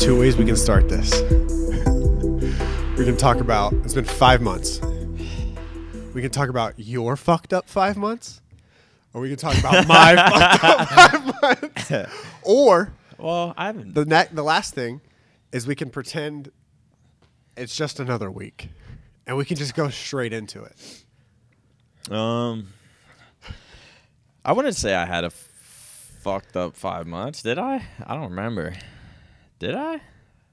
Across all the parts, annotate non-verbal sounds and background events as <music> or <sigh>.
two ways we can start this. <laughs> we can talk about it's been five months. We can talk about your fucked up five months, or we can talk <laughs> about my fucked up five months. Or Well, I haven't. the ne- the last thing is we can pretend it's just another week, and we can just go straight into it. um, I wouldn't say I had a f- fucked up five months. Did I? I don't remember. Did I?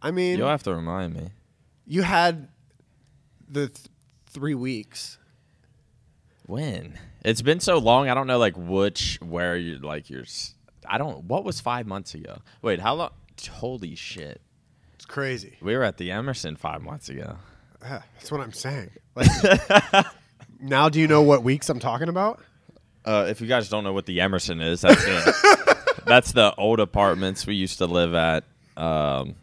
I mean, You'll have to remind me. you had the th- three weeks. When? It's been so long. I don't know, like which, where you like your. s- I don't. What was five months ago? Wait, how long? Holy shit! It's crazy. We were at the Emerson five months ago. Yeah, that's what I'm saying. Like, <laughs> now, do you know what weeks I'm talking about? Uh, if you guys don't know what the Emerson is, <laughs> that's the, that's the old apartments we used to live at. Um,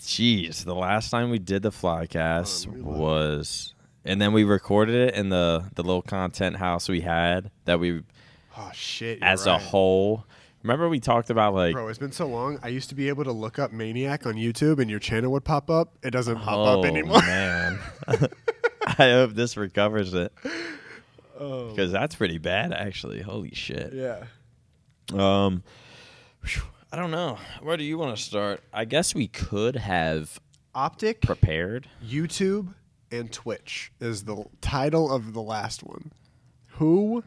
jeez, the last time we did the flycast was, and then we recorded it in the the little content house we had that we Oh shit! you're as a right. whole. Remember we talked about like bro, it's been so long. I used to be able to look up Maniac on YouTube, and your channel would pop up. It doesn't pop oh up anymore. man, <laughs> I hope this recovers it Oh. because that's pretty bad actually. Holy <laughs> shit. Yeah. Um, phew, I don't know. Where do you want to start? I guess we could have Optic, prepared. YouTube, and Twitch is the title of the last one. Who?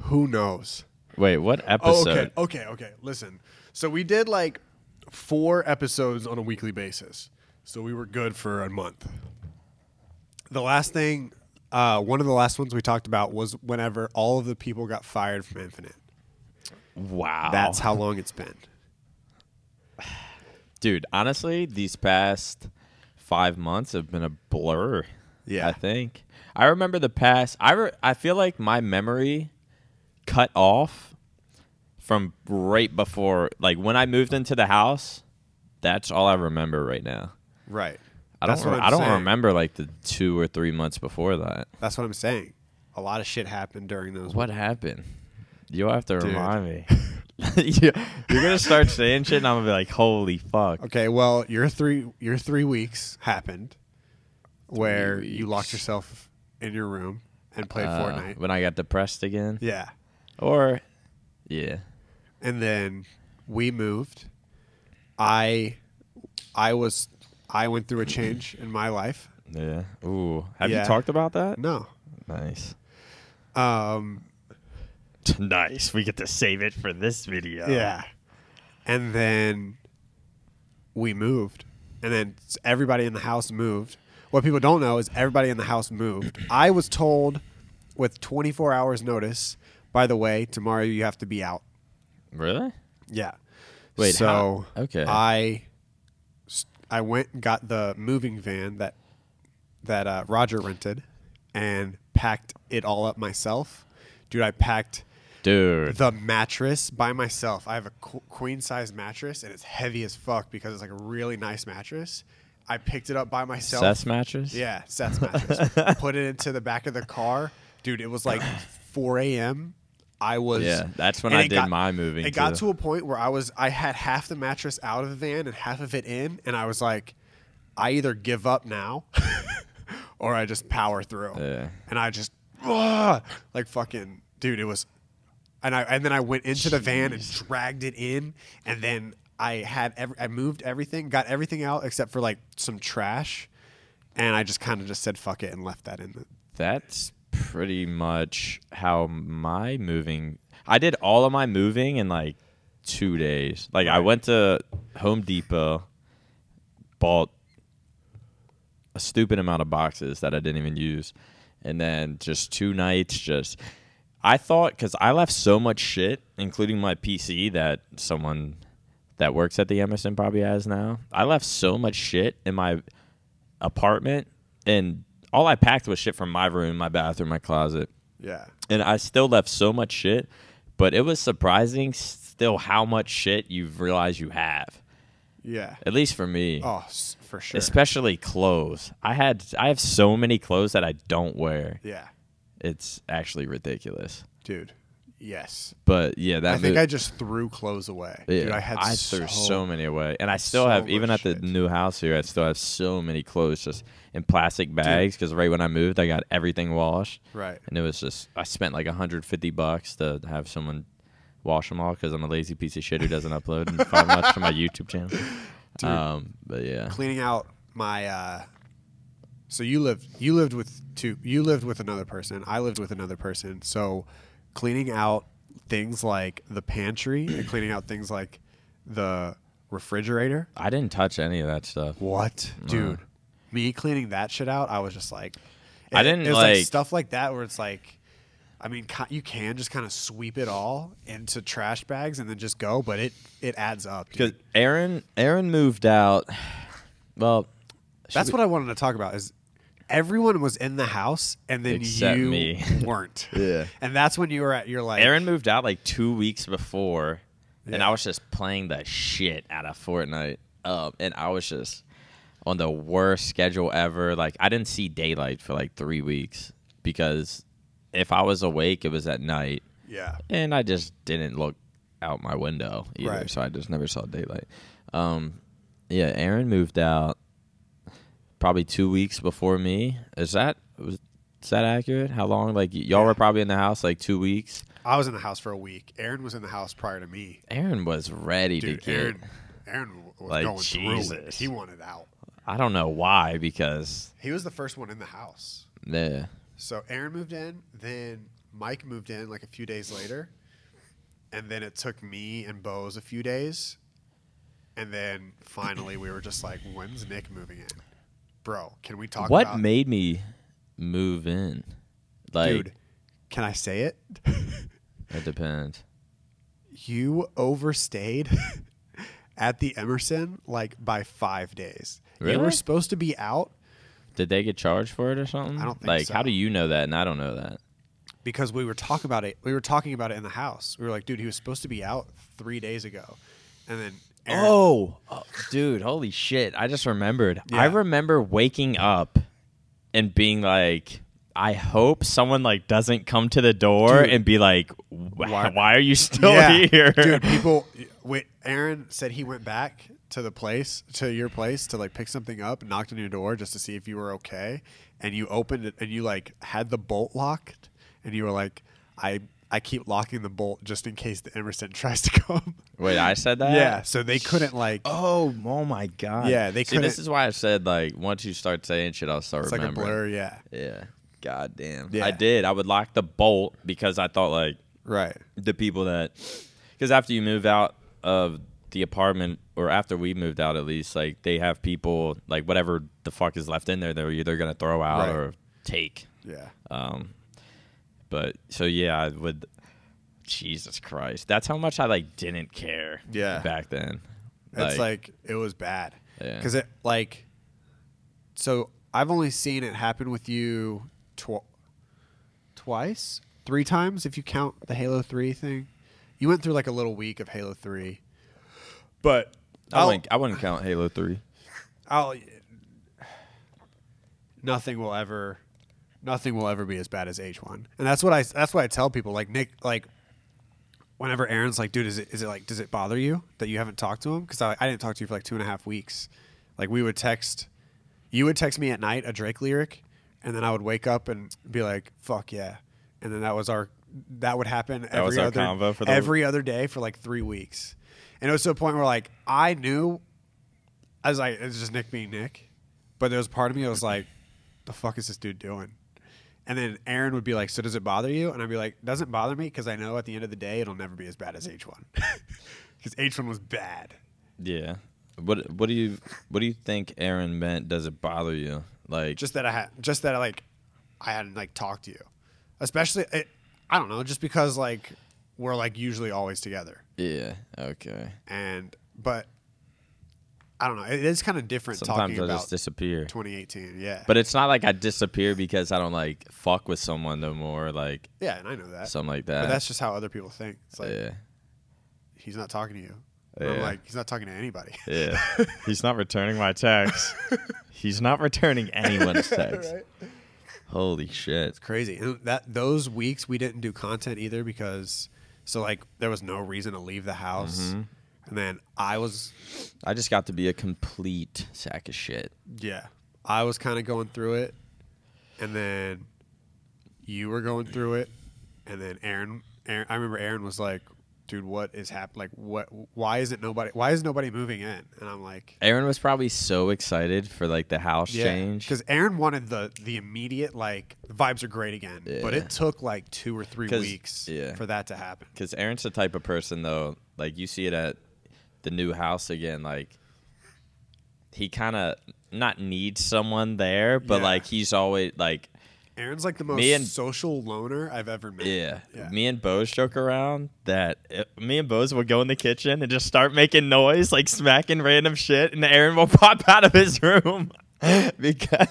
Who knows? Wait, what Oh, episode? okay, okay, okay. Listen, so we did like four episodes on a weekly basis, so we were good for a month. The last thing, uh, one of the last ones we talked about was whenever all of the people got fired from Infinite. Wow. That's how long it's been. dude. Honestly, these past five months have been a blur. Yeah. I think I remember the past. I re- I feel like my memory cut off from right before, like when I moved into the house. That's all I remember right now. Right. <laughs> I That's don't. what re- I'm I don't saying. remember like the two or three months before that. That's what I'm saying. A lot of shit happened during those. What happened? You'll have to <laughs> remind me. <laughs> You- You're gonna start saying shit, and I'm gonna be like, "Holy fuck!" Okay, well, your three your three weeks happened, where you locked yourself in your room and played Uh, Fortnite. when I got depressed again, Yeah. or yeah, and then we moved. I I was I went through a change in my life. yeah. Ooh, have Yeah. you talked about that? No. Nice, Um <laughs> nice. We get to save it for this video. yeah. And then we moved. And then s- everybody in the house moved. What people don't know is everybody in the house moved. I was told with 24 hours notice, by the way, tomorrow you have to be out. Really? Yeah. Wait, So how- okay. I s- I went and got the moving van that that uh, Roger rented and packed it all up myself. Dude, I packed Dude, the mattress by myself. I have a qu- queen size mattress and it's heavy as fuck because it's like a really nice mattress. I picked it up by myself. Seth's mattress. Yeah, Seth's <laughs> mattress. Put it into the back of the car. Dude, it was <coughs> like 4 a.m. I was. Yeah, that's when and I it did my moving, It got too. to a point where I was, I had half the mattress out of the van and half of it in, and I was like, I either give up now, <laughs> or I just power through. Yeah. And I just, ugh, like fucking, dude, it was, and I and then I went into the van and dragged it in, and then I had every, I moved everything, got everything out except for like some trash, and I just kind of just said fuck it and left that in. The, That's pretty much how my moving. I did all of my moving in like two days. Like I went to Home Depot, bought a stupid amount of boxes that I didn't even use, and then just two nights. Just I thought because I left so much shit, including my PC that someone that works at the Emerson probably has now. I left so much shit in my apartment and all I packed was shit from my room, my bathroom, my closet. yeah. And I still left so much shit, but it was surprising still how much shit you've realized you have. Yeah. At least for me. Oh, s- for sure. Especially clothes. I had I have so many clothes that I don't wear. yeah. It's actually ridiculous. Dude, Yes. But yeah, that I think mo- I just threw clothes away. yeah, Dude, I had so, threw so many away, and I still so have even at much the shit. new house here. I still have so many clothes just in plastic bags because right when I moved, I got everything washed, Right. and it was just I spent like 150 bucks to have someone wash them all because I'm a lazy piece of shit who doesn't upload and find much to my YouTube <laughs> channel. Um, but yeah, Cleaning out my uh so you lived you lived with two you lived with another person. I lived with another person. So cleaning out things like the pantry and cleaning out things like the refrigerator. I didn't touch any of that stuff. What? Dude. Me cleaning that shit out, I was just like Uh. I it- didn't, it was like, like- stuff like that where it's like I mean, ki- you can just kind of sweep it all into trash bags and then just go, but it it adds up. dude. because Aaron Aaron moved out. Well, should That's we- what I wanted to talk about. Is everyone was in the house and then Except you me. <laughs> weren't. Yeah. And that's when you were at your like Aaron moved out like two weeks before, and Yeah. I was just playing the shit out of Fortnite. Um, and I was just on the worst schedule ever. Like I didn't see daylight for like three weeks because if I was awake, it was at night, Yeah. and I just didn't look out my window either. Right. So I just never saw daylight. Um, yeah, Aaron moved out probably two weeks before me. Is that was is that accurate? How long? Like y- y'all were probably in the house like two weeks. I was in the house for a week. Aaron was in the house prior to me. Aaron was ready Dude, to get. Aaron Aaron w- was Like, going through it. Jesus. He wanted out. I don't know why because He was the first one in the house. yeah, So Aaron moved in, then Mike moved in like a few days later. And then it took me and Bose a few days. And then finally we were just like, when's Nick moving in? Bro, can we talk what about made me move in? Like Dude, can I say it? <laughs> it depends. you overstayed <laughs> at the Emerson like by five days. You were Really? supposed to be out Did they get charged for it or something? I don't think like so. how do you know that and I don't know that? because we were talking about it. We were talking about it in the house. We were like, dude, he was supposed to be out three days ago, and then Aaron, Oh, oh, dude, holy shit. I just remembered. I Yeah. remember waking up and being like, I hope someone like doesn't come to the door Dude. and be like, why, <laughs> why are you still yeah, <laughs> here? dude, people. Wait, Aaron said he went back to the place, to your place, to like pick something up, knocked on your door just to see if you were okay, and you opened it and you like had the bolt locked, and you were like, I. I keep locking the bolt just in case the Emerson <laughs> tries to come. Wait, I said that? Yeah, so they couldn't like. Oh, oh my god. Yeah, they See, this couldn't- is why I said like once you start saying shit, I'll start it's like a remembering. blur. Yeah, Yeah. God damn. Yeah. I did. I would lock the bolt because I thought like right. the people that because after you move out of the apartment or after we moved out at least like they have people like whatever the fuck is left in there they're either gonna throw out Right. or take Yeah, um but so yeah i would jesus christ that's how much i like didn't care Yeah. back then it's like it was bad Yeah. because it like. So I've only seen it happen with you tw- twice, three times if you count the Halo Three thing. You went through like a little week of Halo Three, but I I'll- wouldn't, I wouldn't count Halo 3. I'll, nothing will ever nothing will ever be as bad as H1. And that's what I that's why I tell people like Nick like whenever Aaron's like dude is it is it like does it bother you that you haven't talked to him cuz I, I didn't talk to you for like two and a half weeks. Like we would text you would text me at night a Drake lyric and then I would wake up and be like fuck yeah. And then that was our that would happen every was our other convo for the- every other day for like 3 weeks. And it was to a point where like I knew I was like, it's just Nick being Nick. But there was part of me that was like, the fuck is this dude doing? And then Aaron would be like, so does it bother you? And I'd be like, doesn't bother me because I know at the end of the day it'll never be as bad as <laughs> H1. Because H1 was bad. Yeah. What what do you what do you think Aaron meant? Does it bother you? Like Just that I had, just that I like, I hadn't like talked to you. Especially, it, I don't know, just because like we're like usually always together. yeah, okay. And, but I don't know. It is kind of different Sometimes talking I about just disappear. 2018. Yeah. But it's not like I disappear because I don't like fuck with someone no more, like yeah. And I know that. something like that. but that's just how other people think. It's like, yeah, he's not talking to you. And I'm Yeah. like, he's not talking to anybody. <laughs> yeah. <laughs> He's not returning my text. He's not returning anyone's text. Holy shit. It's crazy. And that those weeks we didn't do content either because so like there was no reason to leave the house. And then I was I just got to be a complete sack of shit. yeah, I was kind of going through it. And then you were going through it. And then Aaron Aaron I remember Aaron was like, "Dude, what is happening? Like what why isn't nobody why is nobody moving in?" And I'm like, Aaron was probably so excited for like the house change. Because Aaron wanted the the immediate like vibes are great again, but Yeah. it took like two or three 'Cause- weeks yeah. for that to happen. Because Aaron's the type of person though, like you see it at the new house again, like he kind of not needs someone there, but Yeah. like he's always like, Aaron's like the most Me and- social loner I've ever met. yeah. yeah. Me and Bose joke around that uh, me and Bose would go in the kitchen and just start making noise, like smacking random shit, and Aaron will <laughs> pop out of his room. <laughs> because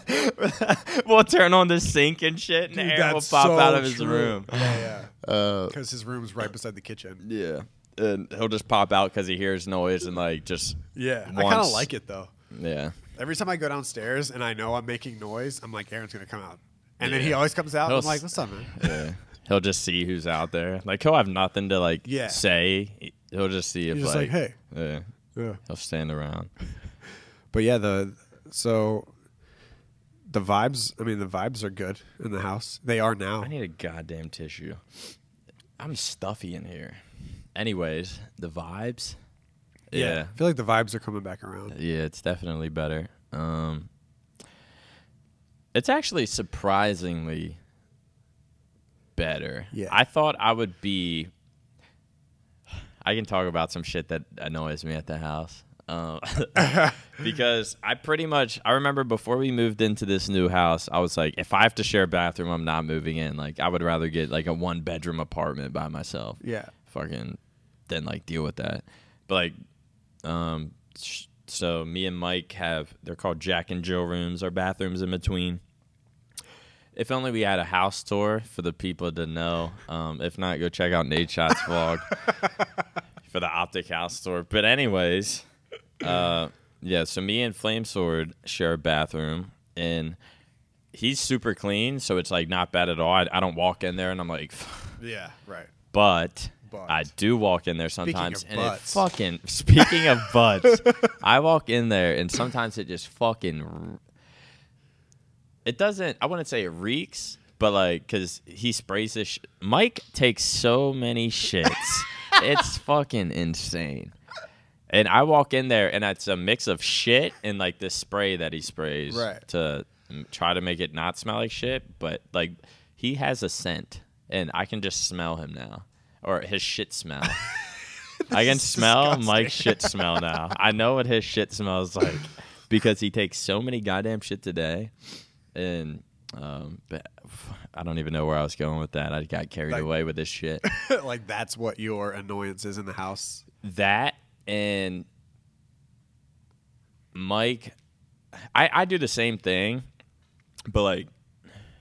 <laughs> we'll turn on the sink and shit, and Dude, Aaron will that's pop so out of his true. room. Yeah, <laughs> Uh, because his room's right beside the kitchen. yeah, and he'll just pop out because he hears noise and like just Yeah, I kind of Once- like it though. yeah. Every time I go downstairs and I know I'm making noise, I'm like Aaron's gonna come out, and then Yeah. he always comes out. He'll and I'm like, s- "What's up, <laughs> man?" Yeah. He'll just see who's out there. Like he'll have nothing to like Yeah. say. He'll just see if He's just like, "Hey." Yeah. Yeah. He'll stand around. But yeah, the so the vibes. I mean, the vibes are good in the house. They are now. I need a goddamn tissue. I'm stuffy in here. Anyways, the vibes. Yeah. I feel like the vibes are coming back around. Yeah, it's definitely better. Um It's actually surprisingly better. Yeah. I thought I would be I can talk about some shit that annoys me at the house. Um <laughs> because I pretty much I remember before we moved into this new house, I was like, if I have to share a bathroom, I'm not moving in. Like I would rather get like a one bedroom apartment by myself Yeah. fucking then like deal with that. But like, um, sh- so me and Mike have they're called Jack and Jill rooms. Our bathrooms in between. If only we had a house tour for the people to know. Um, if not, go check out Nate Shot's vlog for the Optic House tour. But anyways, uh, yeah. So me and Flame Sword share a bathroom and. He's super clean, so it's like not bad at all. I, I don't walk in there and I'm like, <laughs> Yeah. Right. but, But. I do walk in there sometimes, of and it butts. fucking. <laughs> Speaking of <laughs> butts, I walk in there, and sometimes it just fucking. r- It doesn't. I wouldn't say it reeks, but like, cause he sprays this. Sh- Mike takes so many <laughs> shits. it's fucking insane. And I walk in there, and it's a mix of shit and like this spray that he sprays Right. to m- try to make it not smell like shit. But like, he has a scent, and I can just smell him now, or his <laughs> shit smell. I can is smell Mike's shit smell now. I know what his shit smells like <laughs> because he takes so many goddamn shit today, and um, but I don't even know where I was going with that. I got carried Like- away with this shit. <laughs> like that's what your annoyance is in the house. that and Mike, I, I do the same thing, but like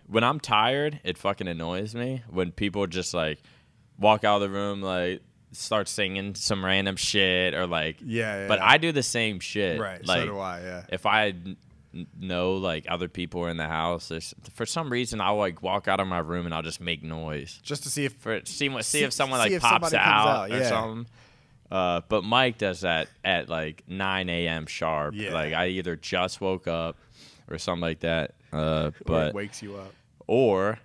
when I'm tired, it fucking annoys me when people just like walk out of the room, like start singing some random shit or like, Yeah, yeah, but yeah. I do the same shit. Like, so do I. Yeah. if I n- know like other people are in the house, there's- for some reason I'll like walk out of my room and I'll just make noise Just to see if for see what see, See- if someone see like if pops somebody comes out, out, or yeah. something. Uh, but Mike does that at like 9 a.m. sharp. Yeah. Like I either just woke up or something like that. Uh, it but wakes you up. or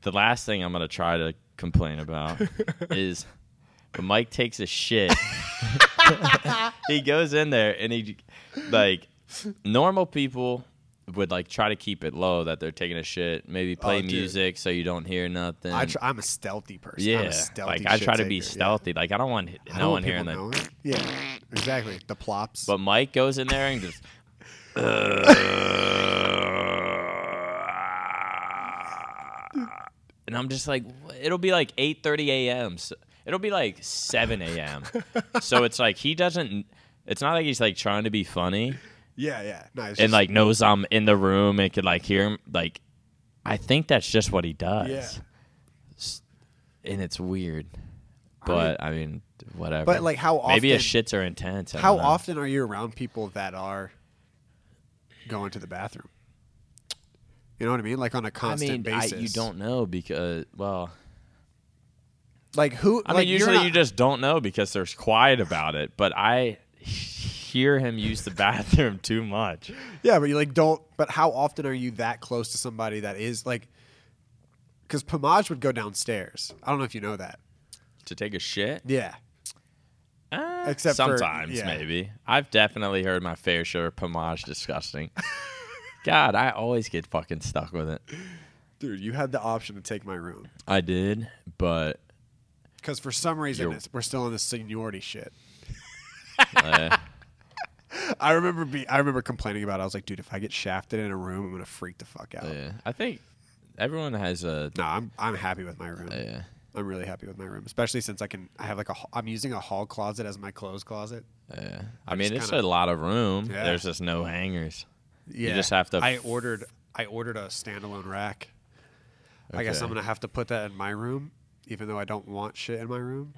the last thing I'm gonna try to <laughs> complain about is when Mike takes a shit. he goes in there and he like normal people would like try to keep it low that they're taking a shit. Maybe play Oh, dude. music so you don't hear nothing. I tr- I'm a stealthy person. Yeah, I'm a stealthy like I try to be shit taker, yeah. stealthy. Like I don't want I no don't one want hearing people that. knowing. Yeah. Exactly. The plops. But Mike goes in there <laughs> and just. and I'm just like, "Wha- it'll be like 8:30 a.m. So it'll be like 7 a.m. so it's like he doesn't. It's not like he's like trying to be funny yeah. Yeah. No, it's and just- like knows I'm in the room and can like hear him. Like, I think that's just what he does. Yeah. S- And it's weird, but I mean, whatever. But, like, how Maybe his often- shits are intense. I how don't know. often are you around people that are going to the bathroom? You know what I mean? Like on a I constant mean, I, basis. you don't know because well, like who. I like, mean, you're usually not- you just don't know because there's quiet about it. But I hear him use the <laughs> bathroom too much. Yeah, but you like don't. But how often are you that close to somebody that is like? Because Pomage would go downstairs. I don't know if you know that. To take a shit? Yeah, Uh, Except for- sometimes, yeah. maybe. I've definitely heard my fair share of pomage <laughs> disgusting. God, I always get fucking stuck with it. dude, you had the option to take my room I did, but because for some reason You're- it's, we're still on the seniority shit. uh, <laughs> I remember be, I remember complaining about. it. I was like, dude, if I get shafted in a room, I'm gonna freak the fuck out. yeah. I think everyone has a. No, I'm I'm happy with my room. Yeah. I'm really happy with my room, especially since I can. I have like a. I'm using a hall closet as my clothes closet. yeah. I, I mean, just it's kinda- a lot of room. Yeah. There's just no hangers. Yeah. just have to- I ordered. I ordered a standalone rack. I guess Okay. I'm gonna have to put that in my room, even though I don't want shit in my room.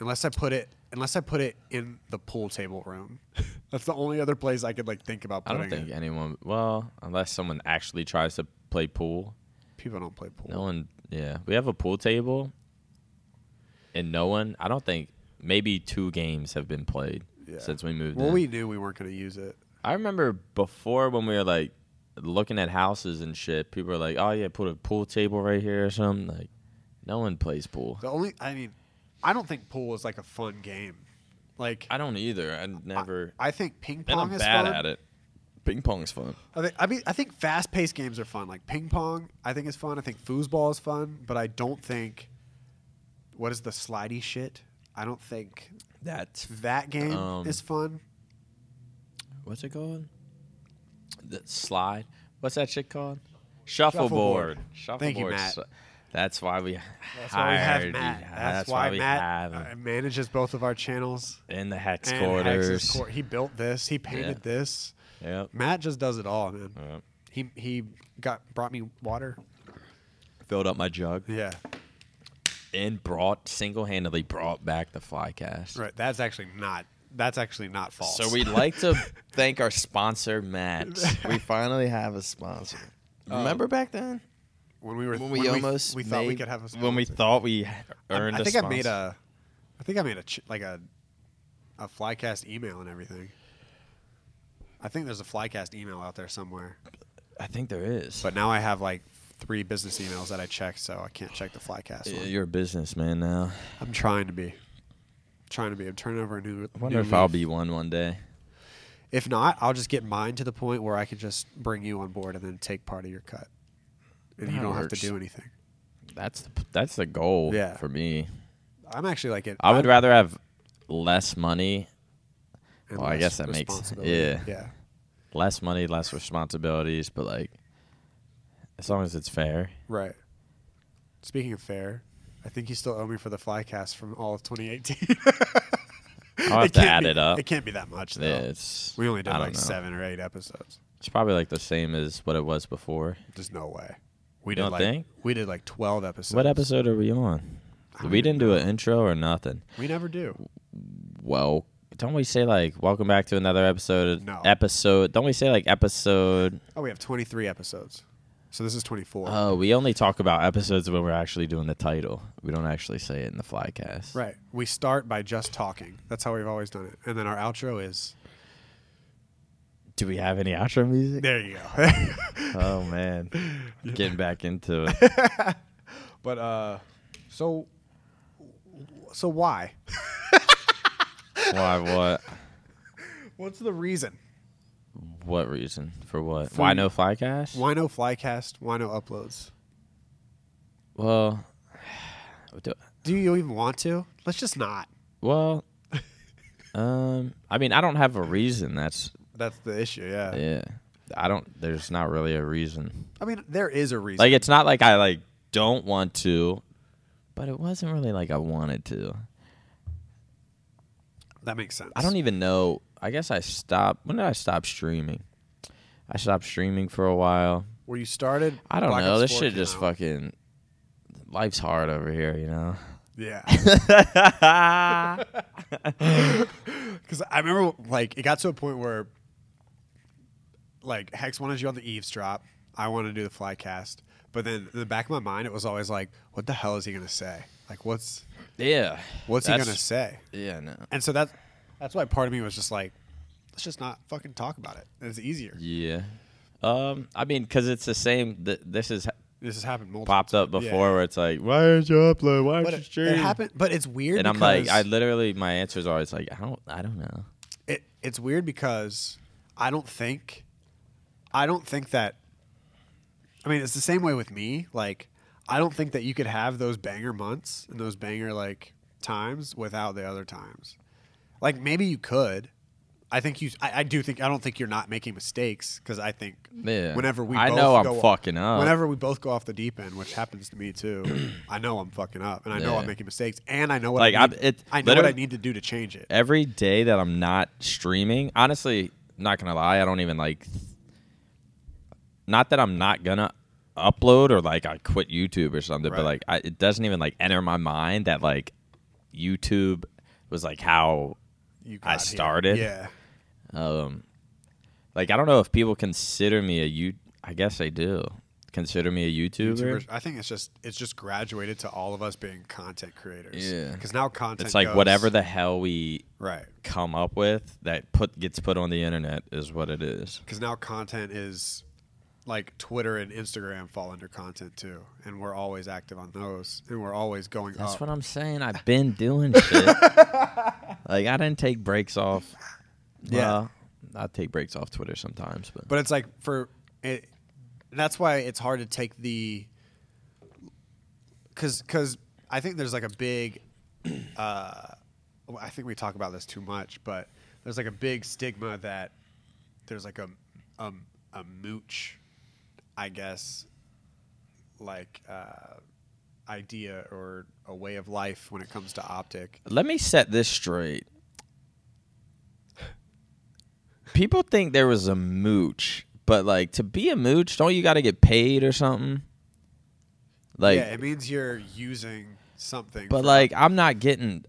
Unless I put it, unless I put it in the pool table room. <laughs> That's the only other place I could like think about I putting don't think it. anyone. Well, unless someone actually tries to play pool, People don't play pool. no one. Yeah, we have a pool table, and no one. I don't think maybe two games have been played Yeah. since we moved. Well, in. we knew we weren't gonna use it. I remember before when we were like looking at houses and shit, people were like, "Oh yeah, put a pool table right here or something." Like, no one plays pool. The only, I mean, I don't think pool is like a fun game. Like I don't either. I never. I think ping and Uh, pong I'm is bad fun. at it. Ping pong's fun. I think I mean I think fast paced games are fun. Like ping pong, I think is fun. I think foosball is fun, but I don't think what is the slidey shit? I don't think That's that game Um, is fun. what's it called? The slide. What's that shit called? Shuffleboard. Shuffleboard. Thank you, Matt. So- That's why we. That's why we have hired you. Matt. Yeah, That's, why, we Matt have uh, him. manages both of our channels. in the hex and Hex's quarters. Court. He built this. He painted Yeah. this. Yep. Matt just does it all, man. Yep. He he got brought me water. Filled up my jug. Yeah, and brought single-handedly brought back the flycast. right. That's actually not. That's actually not false. So we'd like to thank our <laughs> sponsor, Matt. We finally have a sponsor. Remember back then when we were when we Um, when almost we, thought we made- could have a when we sponsor. thought we I- earned. I a think I made sponsor? a, I think I made a ch- like a, a flycast email and everything. I think there's a flycast email out there somewhere, I think there is. but now I have like three business emails that I check, so I can't check the flycast one. you're a businessman now. I'm trying to be, trying to be. I'm turning over a new. I wonder new if I'll leaf. be one one day. If not, I'll just get mine to the point where I can just bring you on board and then take part of your cut, and you That don't have works. to do anything. That's the, that's the goal Yeah. for me. I'm actually like it. I would rather have less money, well, I guess that makes- yeah. yeah. less money, less responsibilities, but like as long as it's fair. Right. Speaking of fair, I think you still owe me for the flycast from all of 2018. <laughs> <laughs> I'll have can't to add be- it up. It can't be that much though. It's Oh, We only did I don't like know. seven or eight episodes. It's probably like the same as what it was before. There's no way. We You did don't like think? we did like 12 episodes. What episode are we on? I don't We even didn't do an intro or nothing. We never do. Well, don't we say like welcome back to another episode? No. Episode. Don't we say like episode? Oh, we have 23 episodes. So this is 24. Oh, we only talk about episodes when we're actually doing the title. We don't actually say it in the flycast. right. We start by just talking. That's how we've always done it. And then our outro is Do we have any outro <laughs> music? There you go. Oh <laughs> man, getting back into it. But uh, so so why? <laughs> Why? What? What's the reason? What reason for what? Why no flycast? Why no flycast? Why no uploads? Well, <sighs> do- Do you even want to? Let's just not. Well, um, I mean, I don't have a reason. That's That's the issue. Yeah. yeah. I don't. There's not really a reason. I mean, there is a reason. Like, it's not like I like don't want to, but it wasn't really like I wanted to. that makes sense. I don't e- even know. I guess I stopped. When did I stop streaming? I stopped streaming for a while. Where you started? I don't Black know. Ops This 4 shit came just out. fucking. Life's hard over here, <laughs> you know. Yeah. <laughs> Because I remember, like, it got to a point where, like, Hex wanted you on the eavesdrop. I want to do the fly cast. But then in the back of my mind, it was always like, what the hell is he going to say? Like, what's Yeah. what's he That's- going to say? Yeah, no. And so that's that's why part of me was just like, let's just not fucking talk about it. It's easier. Yeah. Um, I mean, because it's the same. Th- this has This has happened multiple popped up times. Yeah. before where it's like, why aren't you upload? Why aren't But you it, it streaming? happened, but it's weird. and I'm like, I because- literally, my answer is always like, I don't, I don't know. it, it's weird because I don't think I don't think that I mean it's the same way with me. Like I don't think that you could have those banger months and those banger like times without the other times. Like maybe you could. I think you. I, I do think. I don't think you're not making mistakes because I think Yeah. whenever we, I both know I'm go- fucking up. Whenever we both go off the deep end, which happens to me <clears throat> too, I know I'm fucking up, and I know Yeah. I'm making mistakes, and I know what Like, I, I'm- need, it- I know what I literally- need to do to change it. Every day that I'm not streaming, honestly, not gonna lie, I don't even like. Not that I'm not gonna upload or like I quit YouTube or something, Right. but like I, it doesn't even like enter my mind that like YouTube was like how You got I here. started. Yeah. Um, like I don't know if people consider me a you. I guess they do consider me a YouTuber. YouTubers- I think it's just it's just graduated to all of us being content creators. Yeah. Because now content. It's like goes- whatever the hell we Right. come up with that put gets put on the internet is what it is. Because now content is like Twitter and Instagram fall under content too, and we're always active on those, and we're always going That's up. what I'm saying. <laughs> I've been <laughs> doing shit. like I didn't take breaks off. Yeah. Well, I take breaks off Twitter sometimes, but, but it's like for it, that's why it's hard to take the because because I think there's like a big, uh, I think we talk about this too much, but there's like a big stigma that there's like a a, a mooch, I guess, like uh, idea or a way of life when it comes to optic. let me set this straight. People think there was a mooch, but like to be a mooch, don't you got to get paid or something? Like, yeah, it means you're using something. but for- like I'm not getting.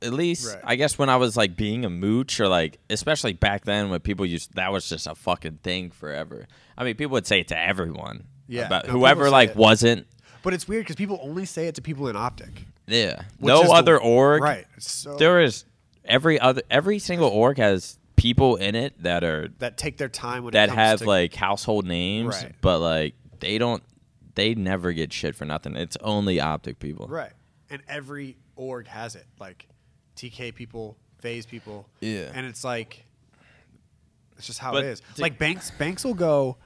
At least Right. I guess when I was like being a mooch or like especially back then when people used that was just a fucking thing forever. I mean, people would say it to everyone. Yeah, about no, people whoever say like it. wasn't. but it's weird because people only say it to people in optic. Yeah, Which is no the- other org. Right. It's So There is every other every single org has people in it that are that take their time when it that comes have to, like household names, Right. but like they don't they never get shit for nothing. It's only optic people. right, and every org has it like TK people, phase people, Yeah. and it's like it's just how But it is. to- like Banks, Banks will go,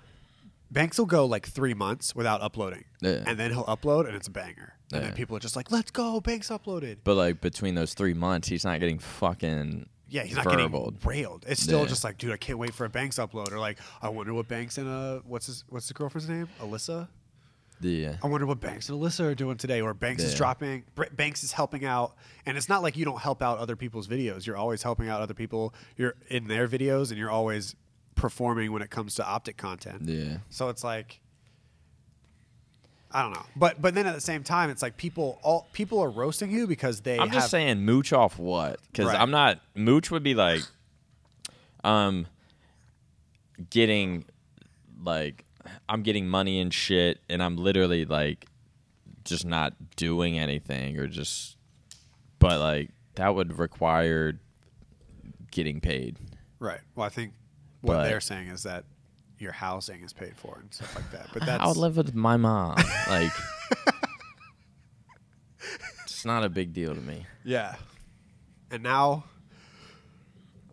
Banks will go like three months without uploading, Yeah. and then he'll upload and it's a banger, and then Yeah. people are just like, "Let's go, Banks uploaded." But like between those three months, he's not getting fucking Yeah, he's not verbaled. getting railed. It's still Yeah. just like, dude, I can't wait for a Banks upload, or like, I wonder what Banks and uh, what's his, what's the girlfriend's name, Alyssa. Yeah. I wonder what Banks and Alyssa are doing today, or Banks is Yeah. dropping, Br- Banks is helping out, and it's not like you don't help out other people's videos. You're always helping out other people. You're in their videos, and you're always performing when it comes to optic content. Yeah. So it's like, I don't know, but but then at the same time, it's like people all people are roasting you because they. I'm have, just saying mooch off what? Because Right. I'm not mooch would be like, um, getting like I'm getting money and shit, and I'm literally like just not doing anything or just, but like that would require getting paid. right. Well, I think what But- they're saying is that your housing is paid for and stuff like that. But that's I would live with my mom. Like, <laughs> it's not a big deal to me. Yeah. And now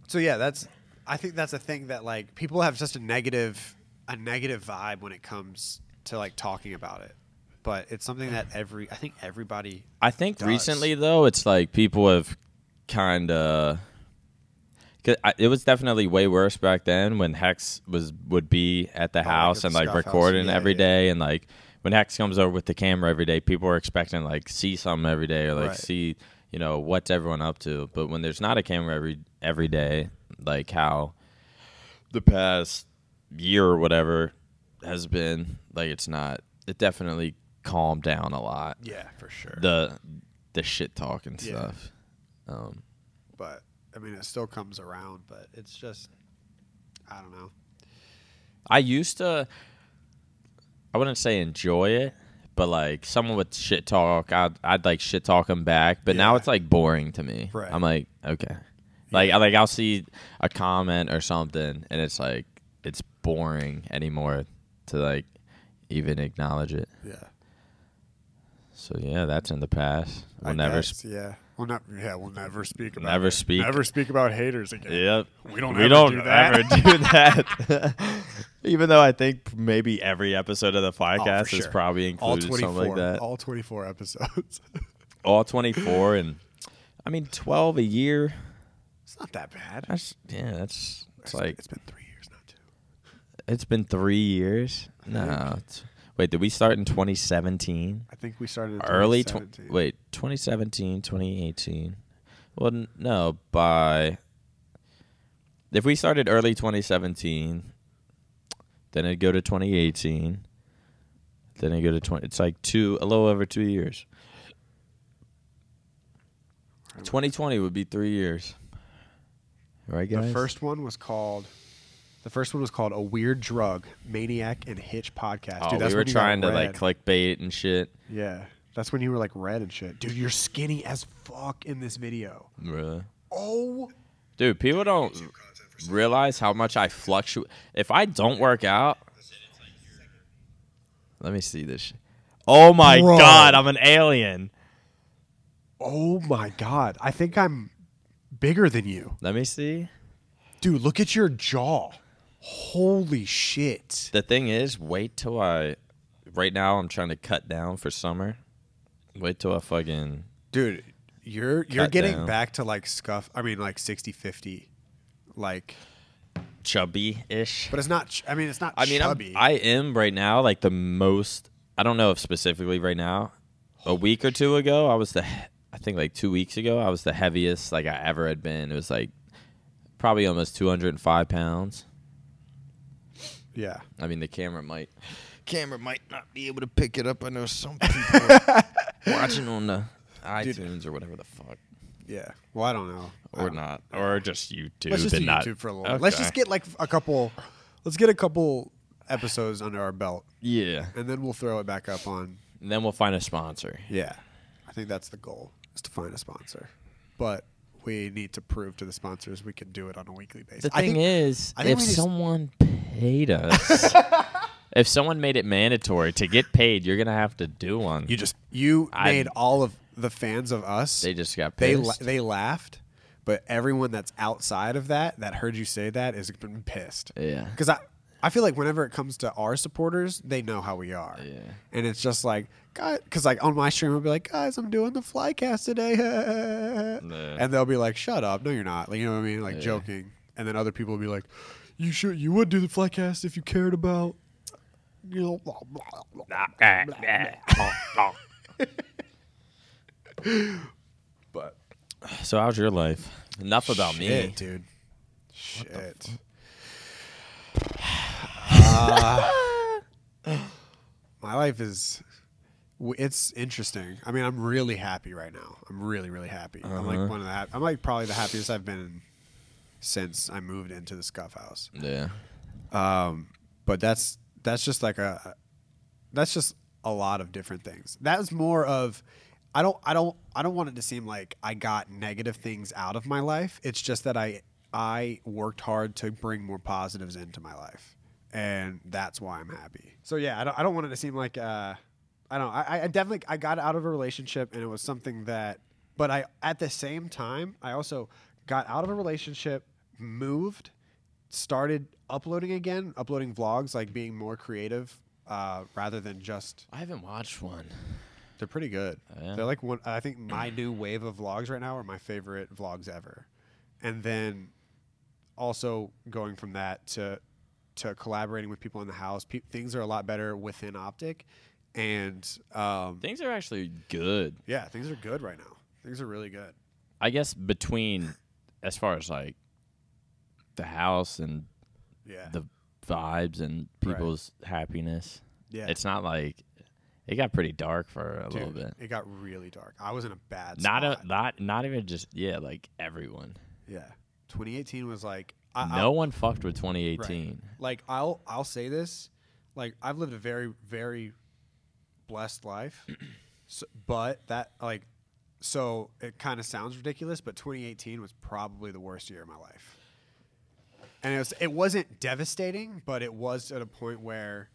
So yeah, that's I think that's a thing that like people have just a negative a negative vibe when it comes to like talking about it. But it's something that every I think everybody I think does. recently though, it's like people have kind of. It was definitely way worse back then when Hex was would be at the Oh, like house at and the like Scoff house. recording Yeah, every yeah. day, and like when Hex comes over with the camera every day, people are expecting like see something every day or like Right. see you know what's everyone up to. But when there's not a camera every every day, like how the past year or whatever has been, like it's not. It definitely calmed down a lot Yeah, for sure. the the shit talk and Yeah. stuff. Um, but I mean it still comes around, but it's just I don't know. I used to I wouldn't say enjoy it, but like someone with shit talk, I'd I'd like shit talk them back. But now Yeah. it's like boring to me. Right. I'm like okay, like I like I'll see a comment or something, and it's like it's boring anymore to like even acknowledge it. Yeah. So yeah, that's in the past. We'll I never. guess, yeah. We'll not. Yeah, we'll never speak about. Never it. speak. Never speak about haters again. Yep. We don't We ever don't do that. ever <laughs> <laughs> do that. Even though I think maybe every episode of the Oh, podcast for is sure. probably included something like that. All, All twenty-four episodes. <laughs> 24 and I mean 12 a year. it's not that bad. That's yeah, that's It's it's like it's been three years, not two. it's been 3 years. No. it's- Wait, did we start in 2017? I think we started in Early tw- 2017. wait, 2017, 2018. Well, n- no, by if we started early 2017, then it'd go to 2018, then it'd go to 20. It's like two, a little over two years. 2020 would be three years. Right, guys. The first one was called. The first one was called "A Weird Drug Maniac and Hitch Podcast." oh, Dude, that's we were when you got trying to like red. clickbait and shit. Yeah, that's when you were like red and shit. Dude, you're skinny as fuck in this video. Really. Oh, Dude, people don't realize how much I fluctuate. If I don't work out, let me see this. sh- Oh my Bro. god, I'm an alien. oh my god! I think I'm bigger than you, Let me see. dude. Look at your jaw. Holy shit! The thing is, wait till I. Right now, I'm trying to cut down for summer. Wait till I fucking. dude you're you're Cut getting down. back to like scuff i mean like 60 50 like Chubby ish. but it's not ch- i mean it's not I mean, I'm, chubby I am right now like the most. I don't know if specifically right now. A week or two ago, I was the. he- I think like two weeks ago, I was the heaviest like I ever had been. It was like probably almost 205 pounds. yeah I mean, the camera might camera might not be able to pick it up. I know some people <laughs> watching <laughs> on the iTunes or whatever the fuck, yeah well i don't know or not, or just YouTube. let's just do youtube and not, for a little bit. let's Okay. just get like a couple let's get a couple episodes under our belt yeah. and then we'll throw it back up on And then we'll find a sponsor. yeah i think that's the goal is to find a sponsor but we need to prove to the sponsors we can do it on a weekly basis The I thing think- is, I think if we just- someone <laughs> paid us, if someone made it mandatory to get paid, you're gonna have to do one. you just you I- made all of the fans of us they just got they pissed. la- they laughed, but everyone that's outside of that that heard you say that is been pissed. Yeah. Because I I feel like whenever it comes to our supporters, they know how we are. Yeah. And it's just like, guys, because like on my stream, I'll be like, guys, I'm doing the flycast today, <laughs> and they'll be like, shut up, no, you're not. Like you know what I mean, like joking. And then other people will be like, you sure you would do the flycast if you cared about. You know, blah, blah, blah, blah. but so how's your life? Enough about Shit, me. dude. Shit. Uh, <sighs> my life is w- it's interesting. I mean, I'm really happy right now. I'm really really happy. I'm Uh-huh. like one of the hap- I'm like probably the happiest I've been since I moved into the scuff house. Yeah. But that's that's just like a that's just a lot of different things. That was more of I don't I don't I don't want it to seem like I got negative things out of my life. It's just that I I worked hard to bring more positives into my life. And that's why I'm happy. So yeah, I don't I don't want it to seem like uh I don't I, I definitely I got out of a relationship and it was something that but I at the same time I also got out of a relationship, moved, started uploading again, uploading vlogs, like being more creative uh, rather than just. I haven't watched one. They're pretty good. Oh, yeah? They're like one. I think my new wave of vlogs right now are my favorite vlogs ever, and then also going from that to to collaborating with people in the house. Pe- things are a lot better within Optic, and um, Things are actually good. yeah, things are good right now. Things are really good. I guess between as far as like the house and Yeah, the vibes and people's happiness. yeah. It's not like it got pretty dark for a little Dude, bit. It got really dark. I was in a bad Not spot. a not not even just yeah, like everyone. yeah. 2018 was like I, I- no one fucked with 2018. Like I'll I'll say this, like I've lived a very very blessed life, <clears throat> so, but that like so it kind of sounds ridiculous, but 2018 was probably the worst year of my life, and it was it wasn't devastating, but it was at a point where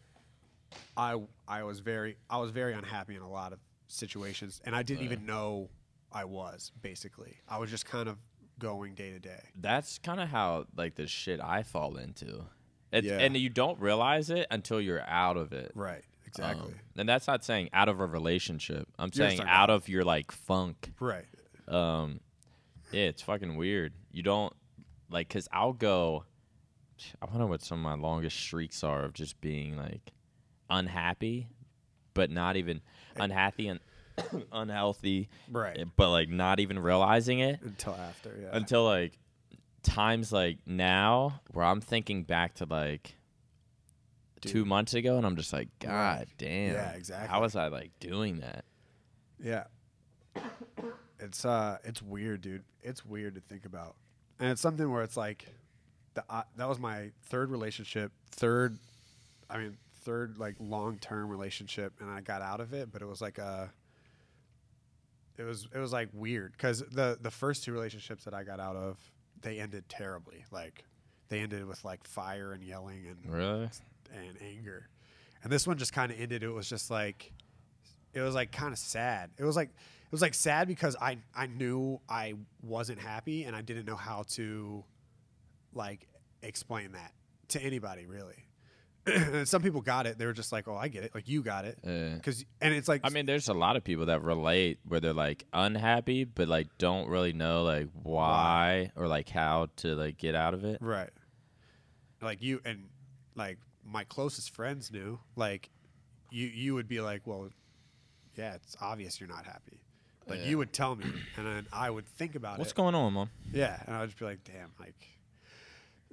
I I was very I was very unhappy in a lot of situations, and I didn't even know I was basically I was just kind of going day to day. That's kind of how like the shit I fall into. It's, Yeah. And you don't realize it until you're out of it. Right. Um, Exactly. and that's not saying out of a relationship. I'm You're saying stuck out of your like funk. right. Yeah, it's fucking weird. You don't like because I'll go. I wonder what some of my longest streaks are of just being like unhappy, but not even unhappy and <coughs> unhealthy, eh, Right. But like not even realizing it Until after. Yeah. until like times like now where I'm thinking back to like two months ago, and I'm just like, God damn, Yeah, exactly. How was I like doing that? Yeah. It's uh it's weird, dude. It's weird to think about. And it's something where it's like the uh, that was my third relationship, third I mean, third like long-term relationship and I got out of it, but it was like a it was it was like weird cuz the the first two relationships that I got out of, they ended terribly. Like they ended with like fire and yelling and Really? and anger. And this one just kind of ended. It was just like, it was like kind of sad. It was like, it was like sad because I I knew I wasn't happy and I didn't know how to, like, explain that to anybody really. <clears throat> and some people got it. They were just like, oh, I get it. Like you got it. Yeah. Because and it's like, I mean, there's a lot of people that relate where they're like unhappy, but like don't really know like why or like how to like get out of it. Right. Like you and like my closest friends knew. Like you you would be like, Well, yeah, it's obvious you're not happy. Like you would tell me and then I would think about What's it. going on, mom? yeah. And I'd just be like, damn, like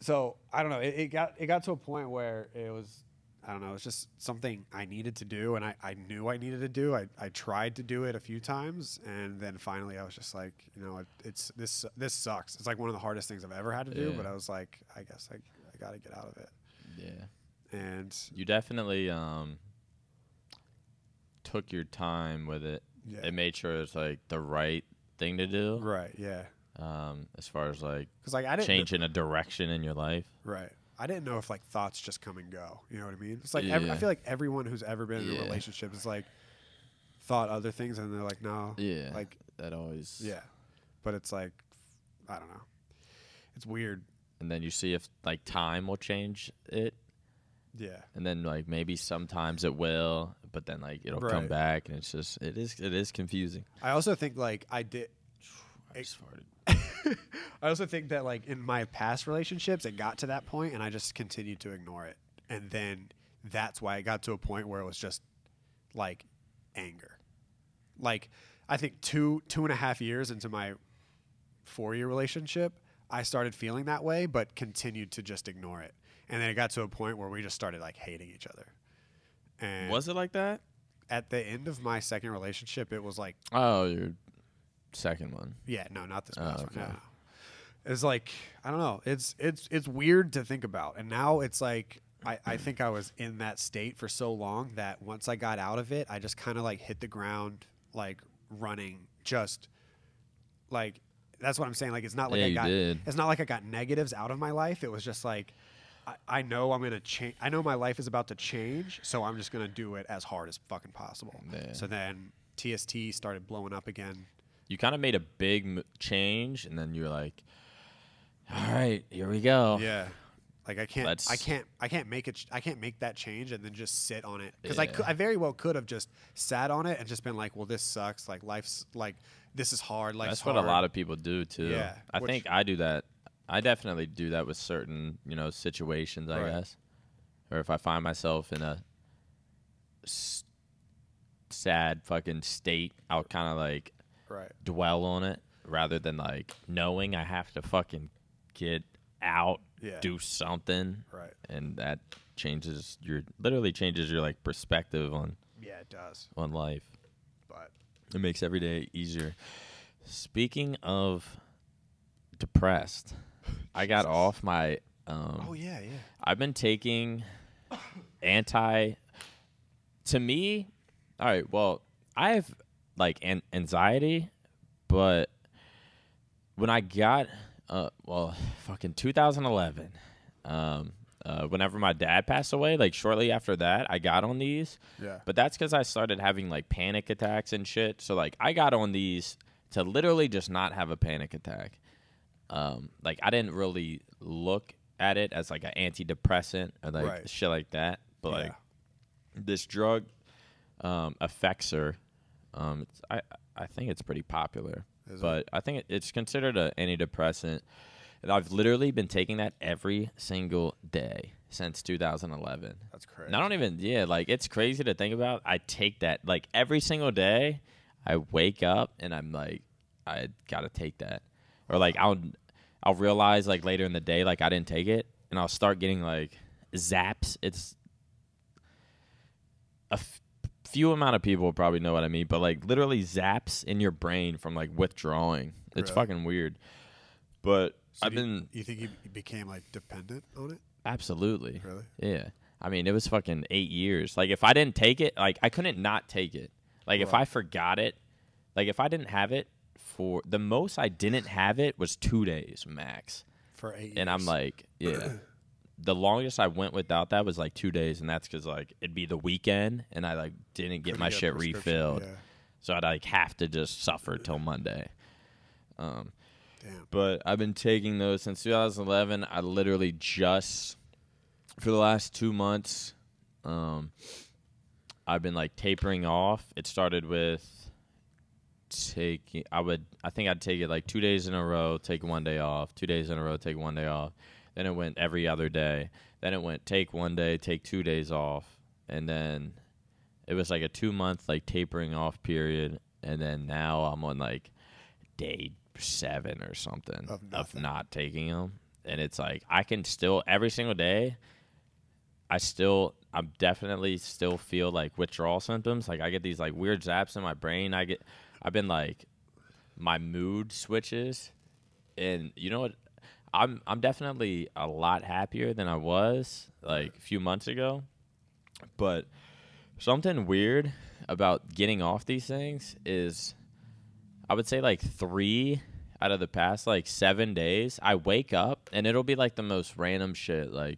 so I don't know. It, it got it got to a point where it was I don't know, it's just something I needed to do and I, I knew I needed to do. I, I tried to do it a few times and then finally I was just like, you know, it, it's this this sucks. It's like one of the hardest things I've ever had to do, Yeah. but I was like, I guess I, I got to get out of it. Yeah, And you definitely um took your time with it. Yeah. It made sure it's like the right thing to do. right, yeah. Um, as far as like Cuz like I didn't changing a direction in your life. Right. I didn't know if like thoughts just come and go. You know what I mean? It's like ev- I Yeah. feel like everyone who's ever been in a Yeah. relationship is like thought other things and they're like, no. Like that always. yeah. But it's like I don't know. It's weird. and then you see if like time will change it, Yeah. and then like maybe sometimes it will, but then like it'll come Right. back, and it's just it is it is confusing. I also think like I did I It- just farted. I also think that like in my past relationships it got to that point and I just continued to ignore it. And then that's why it got to a point where it was just like anger. Like I think two two and a half years into my four year relationship, I started feeling that way, but continued to just ignore it. And then it got to a point where we just started like hating each other. And Was it like that? at the end of my second relationship, it was like Oh, your second one. Yeah, no, not this past Oh, okay. one. No, no. It's like I don't know. It's it's it's weird to think about, and now it's like I, I think I was in that state for so long that once I got out of it, I just kind of like hit the ground like running, just like that's what I'm saying. Like it's not like Yeah, I you got did. it's not like I got negatives out of my life. It was just like I, I know I'm gonna change. I know my life is about to change, so I'm just gonna do it as hard as fucking possible. Yeah. So then TST started blowing up again. You kind of made a big m- change, and then you're like, "All right, here we go." Yeah. Like I can't, Let's- I can't, I can't make it. I can't make that change and then just sit on it because I, Yeah. could, I very well could have just sat on it and just been like, well, this sucks. Like life's like this is hard. Life's That's what a hard. lot of people do too. Yeah, I which- think I do that. I definitely do that with certain, you know, situations. I Right. guess, or if I find myself in a s- sad fucking state, I'll kind of like right. dwell on it rather than like knowing I have to fucking get out, Yeah. do something, Right. and that changes your literally changes your like perspective on Yeah, it does. on life. But It makes every day easier. Speaking of depressed, I got off my. Um, oh yeah, yeah. I've been taking anti. To me, all right. Well, I have like an anxiety, but when I got uh well fucking 2011 um uh whenever my dad passed away like shortly after that I got on these Yeah. but that's cuz I started having like panic attacks and shit so like I got on these to literally just not have a panic attack um like I didn't really look at it as like an antidepressant or like Right. shit like that but like Yeah. this drug um, affects her. Um, it's, I I think it's pretty popular, Is it? but I think it, it's considered an antidepressant. And I've literally been taking that every single day since 2011. That's crazy. And I don't even yeah, like it's crazy to think about. I take that like every single day. I wake up and I'm like, I gotta take that, or like I'll I'll realize like later in the day like I didn't take it, and I'll start getting like zaps. It's a f- few amount of people probably know what I mean, but like literally zaps in your brain from like withdrawing. It's Really? fucking weird. But So I've do you- been You think you became like dependent on it? absolutely Really? yeah. I mean, it was fucking eight years. Like if I didn't take it, like I couldn't not take it. Like if Right. I forgot it, like if I didn't have it for the most I didn't have it was two days max. For eight years. And I'm like, <clears throat> yeah. the longest I went without that was like two days, and that's because like it'd be the weekend, and I like didn't get Couldn't my get a shit prescription, refilled, yeah. so I'd like have to just suffer till Monday. damn. But I've been taking those since 2011. I literally just for the last two months, um, I've been like tapering off. It started with taking. I would. I think I'd take it like two days in a row. Take one day off. Two days in a row. Take one day off. Then it went every other day. Then it went take one day. Take two days off. And then it was like a two month like tapering off period. And then now I'm on like day seven or something Of of nothing. not taking them. And it's like I can still every single day. I still, I'm definitely still feel like withdrawal symptoms. Like I get these like weird zaps in my brain. I get, I've been like, my mood switches, and you know what? I'm I'm definitely a lot happier than I was like a few months ago, but something weird about getting off these things is, I would say like three out of the past like seven days, I wake up and it'll be like the most random shit like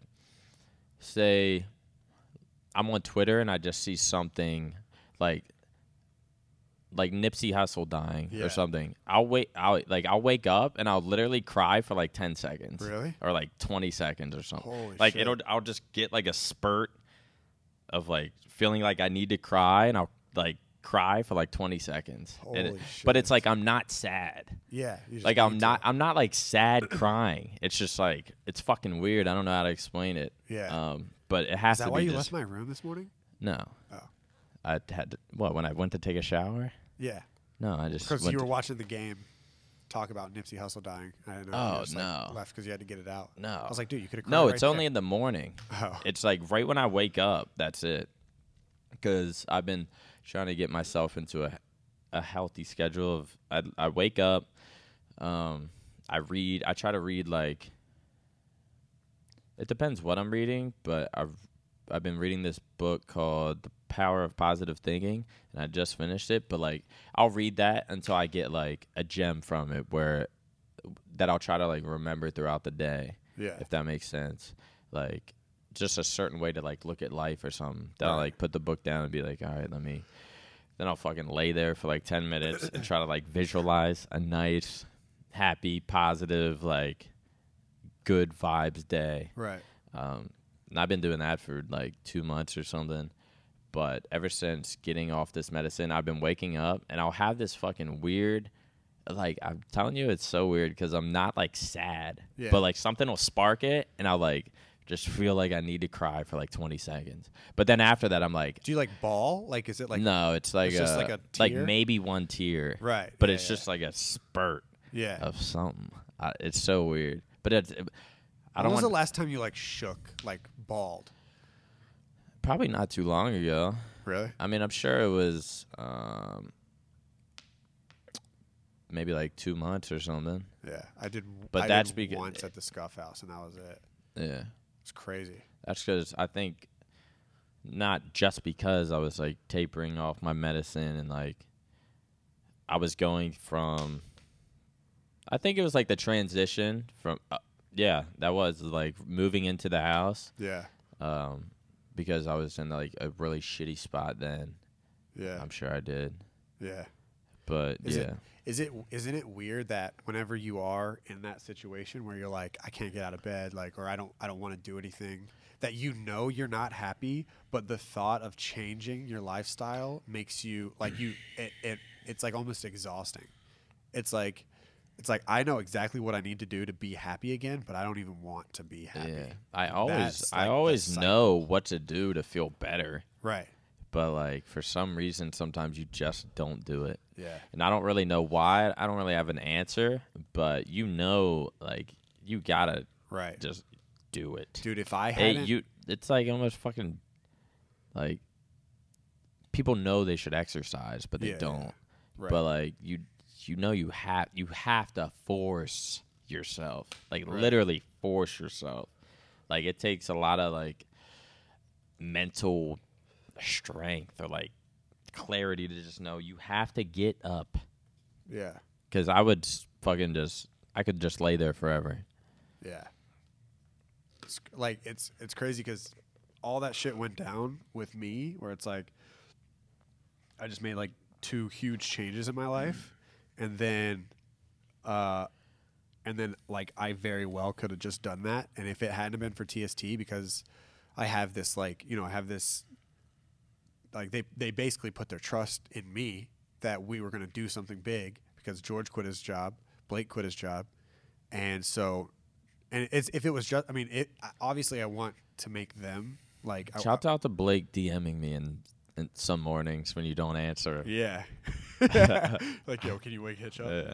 say I'm on Twitter and I just see something like like Nipsey Hussle dying Yeah. or something. I'll wait I'll like I'll wake up and I'll literally cry for like 10 seconds. Really? Or like 20 seconds or something. Holy like shit. it'll I'll just get like a spurt of like feeling like I need to cry and I'll like cry for like 20 seconds. And it- Holy But shit. it's like I'm not sad Yeah. you just like need I'm to- not I'm not like sad crying. It's just like it's fucking weird. I don't know how to explain it. Yeah. Um, but it has Is that to why be you just left my room this morning? no. Oh. I had to, what when I went to take a shower. Yeah. No, I just Because went you were to- watching the game talk about Nipsey Hussle dying. I didn't know. if you Oh, just, like, no. left because you had to get it out. no. I was like, dude, you could have. no. It's only in the morning. <laughs> Oh. It's like right when I wake up. That's it. Because I've been trying to get myself into a a healthy schedule of I, I wake up, um, I read. I try to read like it depends what I'm reading, but I've I've been reading this book called The Power of Positive Thinking, and I just finished it. But like, I'll read that until I get like a gem from it, where that I'll try to like remember throughout the day. Yeah. if that makes sense. Like, just a certain way to like look at life or something. Then I'll like put the book down and be like, all right, let me. Then I'll fucking lay there for like ten minutes and try to like visualize a nice, happy, positive, like, good vibes day. Right. Um, and I've been doing that for like two months or something. But ever since getting off this medicine, I've been waking up and I'll have this fucking weird, like, I'm telling you, it's so weird because I'm not like sad, Yeah. but like something will spark it and I'll like just feel like I need to cry for like 20 seconds. But then after that, I'm like, Do you like ball? Like, is it like? no, it's like it's a, just like a like tear? maybe one tear, Right, But yeah, it's yeah. just like a spurt Yeah. of something. I, it's so weird, but it's. I when don't was want the last time you like shook, like balled? probably not too long ago. Really? I mean, I'm sure it was um, maybe like two months or something. Yeah, I did. But I that's did becau- once at the Scuff House, and that was it. Yeah, It's crazy. that's because I think not just because I was like tapering off my medicine and like I was going from I think it was like the transition from uh, yeah, that was like moving into the house Yeah. um because I was in like a really shitty spot then. Yeah. I'm sure I did. Yeah. But Is yeah. it is it isn't it weird that whenever you are in that situation where you're like I can't get out of bed like or I don't I don't want to do anything that you know you're not happy but the thought of changing your lifestyle makes you like you it, it it's like almost exhausting. It's like it's like I know exactly what I need to do to be happy again but I don't even want to be happy. Yeah. I always That's, like, I the always cycle. know what to do to feel better. Right. but like for some reason sometimes you just don't do it Yeah. and i don't really know why i don't really have an answer but you know like you gotta Right. just do it Dude, if I hey hadn't you it's like almost fucking like people know they should exercise but they Yeah, yeah. don't Right. but like you you know you have you have to force yourself like Right. literally force yourself like it takes a lot of like mental strength or like clarity to just know you have to get up yeah. because i would s- fucking just i could just lay there forever Yeah. It's, c- like it's it's crazy because all that shit went down with me, where it's like I just made like two huge changes in my life, and then, uh, and then like I very well could have just done that, and if it hadn't been for TST, because I have this like you know I have this like they they basically put their trust in me that we were going to do something big because George quit his job, Blake quit his job, and so and it's if it was just I mean it obviously I want to make them like I, shout out to blake dming me in, in some mornings when you don't answer yeah like yo can you wake Hitch up yeah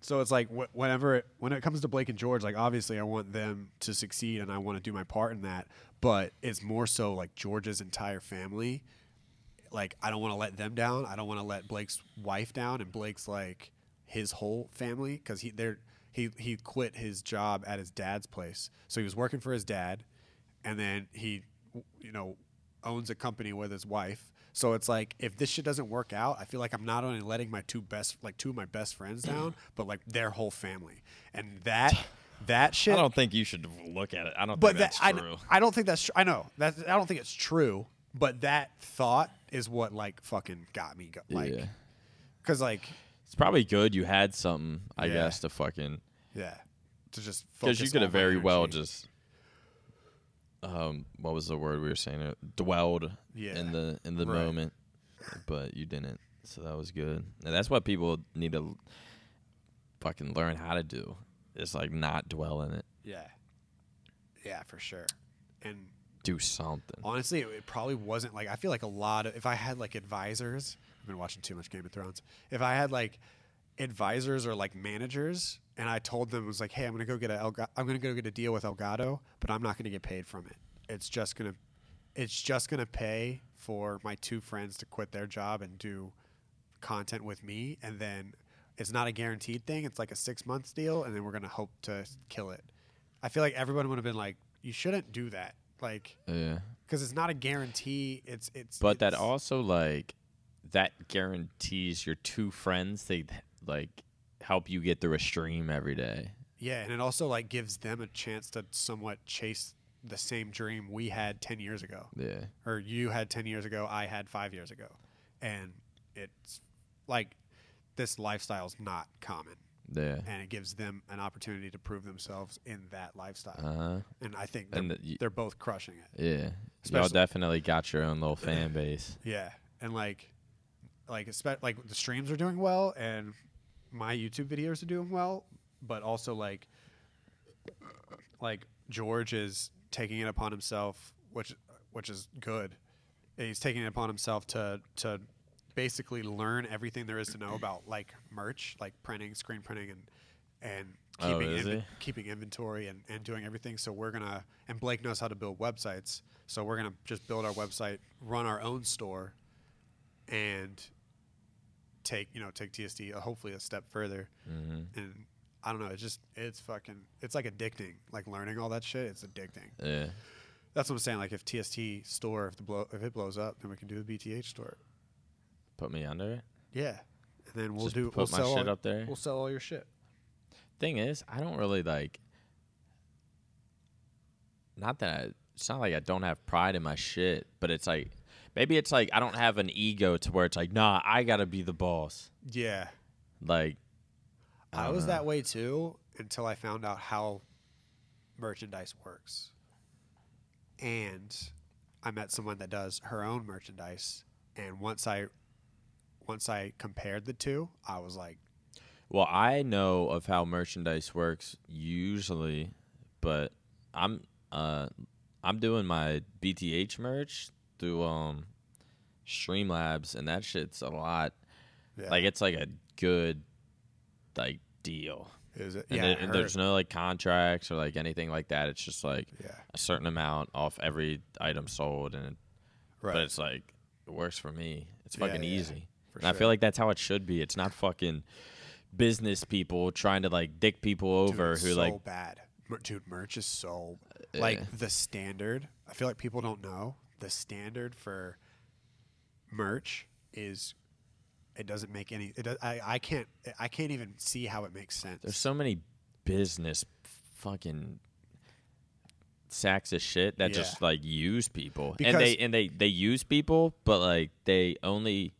so it's like wh- whenever it, when it comes to Blake and George, like obviously I want them to succeed and I want to do my part in that, but it's more so like George's entire family. Like I don't want to let them down. I don't want to let Blake's wife down and Blake's like his whole family because he they're he he quit his job at his dad's place, so he was working for his dad, and then he you know owns a company with his wife. So it's like if this shit doesn't work out, I feel like I'm not only letting my two best like two of my best friends down, but like their whole family. And that that shit i don't think you should look at it i don't but think that, that's I, true I don't think that's true. I know that I don't think it's true, but that thought is what like fucking got me go- like yeah cuz like It's probably good you had something, I Yeah. guess, to fucking yeah, to just because you focus could have all my very well energy. just um what was the word we were saying? Uh, Dwelled Yeah. in the in the Right. moment, but you didn't, so that was good. And that's what people need to fucking learn how to do. It's like not dwell in it, yeah. Yeah, for sure. And do something. Honestly, it, it probably wasn't like I feel like a lot of if I had like advisors, I've been watching too much Game of Thrones. If I had like advisors or like managers and I told them it was like, "Hey, I'm going to go get a Elga- I'm going to go get a deal with Elgato, but I'm not going to get paid from it. It's just going to it's just going to pay for my two friends to quit their job and do content with me and then it's not a guaranteed thing. It's like a 6 months deal and then we're going to hope to kill it." I feel like everyone would have been like, "You shouldn't do that." Like Yeah, because it's not a guarantee. It's it's. but that it's- also like that guarantees your two friends they like help you get through a stream every day. yeah, and it also like gives them a chance to somewhat chase the same dream we had ten years ago, Yeah. or you had ten years ago, I had five years ago, and it's like this lifestyle's not common, Yeah. and it gives them an opportunity to prove themselves in that lifestyle, Uh huh. and I think they're, and the- y- they're both crushing it. Yeah. Y'all Especially- definitely got your own little fan base. Yeah, and like, like espe- like the streams are doing well, and my YouTube videos are doing well, but also like, like George is taking it upon himself, which which is good. He's taking it upon himself to to basically learn everything there is to know about like merch, like printing, screen printing, and and Oh, keeping is inven- he? keeping inventory and, and doing everything. So we're gonna and Blake knows how to build websites. So we're gonna just build our website, run our own store, and take you know take TSD uh, hopefully a step further. Mm-hmm. And I don't know, it's just it's fucking it's like addicting. Like learning all that shit, it's addicting. Yeah. That's what I'm saying. Like if TST store, if the blow, if it blows up, then we can do the BTH store. Put me under it. Yeah, and then we'll Just do. put we'll my sell shit all, up there? We'll sell all your shit. Thing is, I don't really like. Not that I, it's not like I don't have pride in my shit, but it's like maybe it's like I don't have an ego to where it's like, nah, I gotta be the boss. Yeah, Like, I was that way too until I found out how merchandise works. And I met someone that does her own merchandise and once I once I compared the two, I was like, Well, I know of how merchandise works usually, but I'm uh I'm doing my BTH merch through um Streamlabs and that shit's a lot. yeah, Like it's like a good like deal. is it? And, Yeah, it- and her- there's no like contracts or like anything like that. It's just like Yeah. a certain amount off every item sold and it right. but it's like it works for me. It's fucking yeah, easy. for and I sure. feel like that's how it should be. It's not fucking business people trying to like dick people Dude, over it's who so like Uh, bad. Mer- Dude, merch is so like the standard. I feel like people don't know the standard for merch is it doesn't make any it does, I, I can't I can't even see how it makes sense. there's so many business fucking sacks of shit that Yeah. just like use people. Because- and they and they they use people, but like they only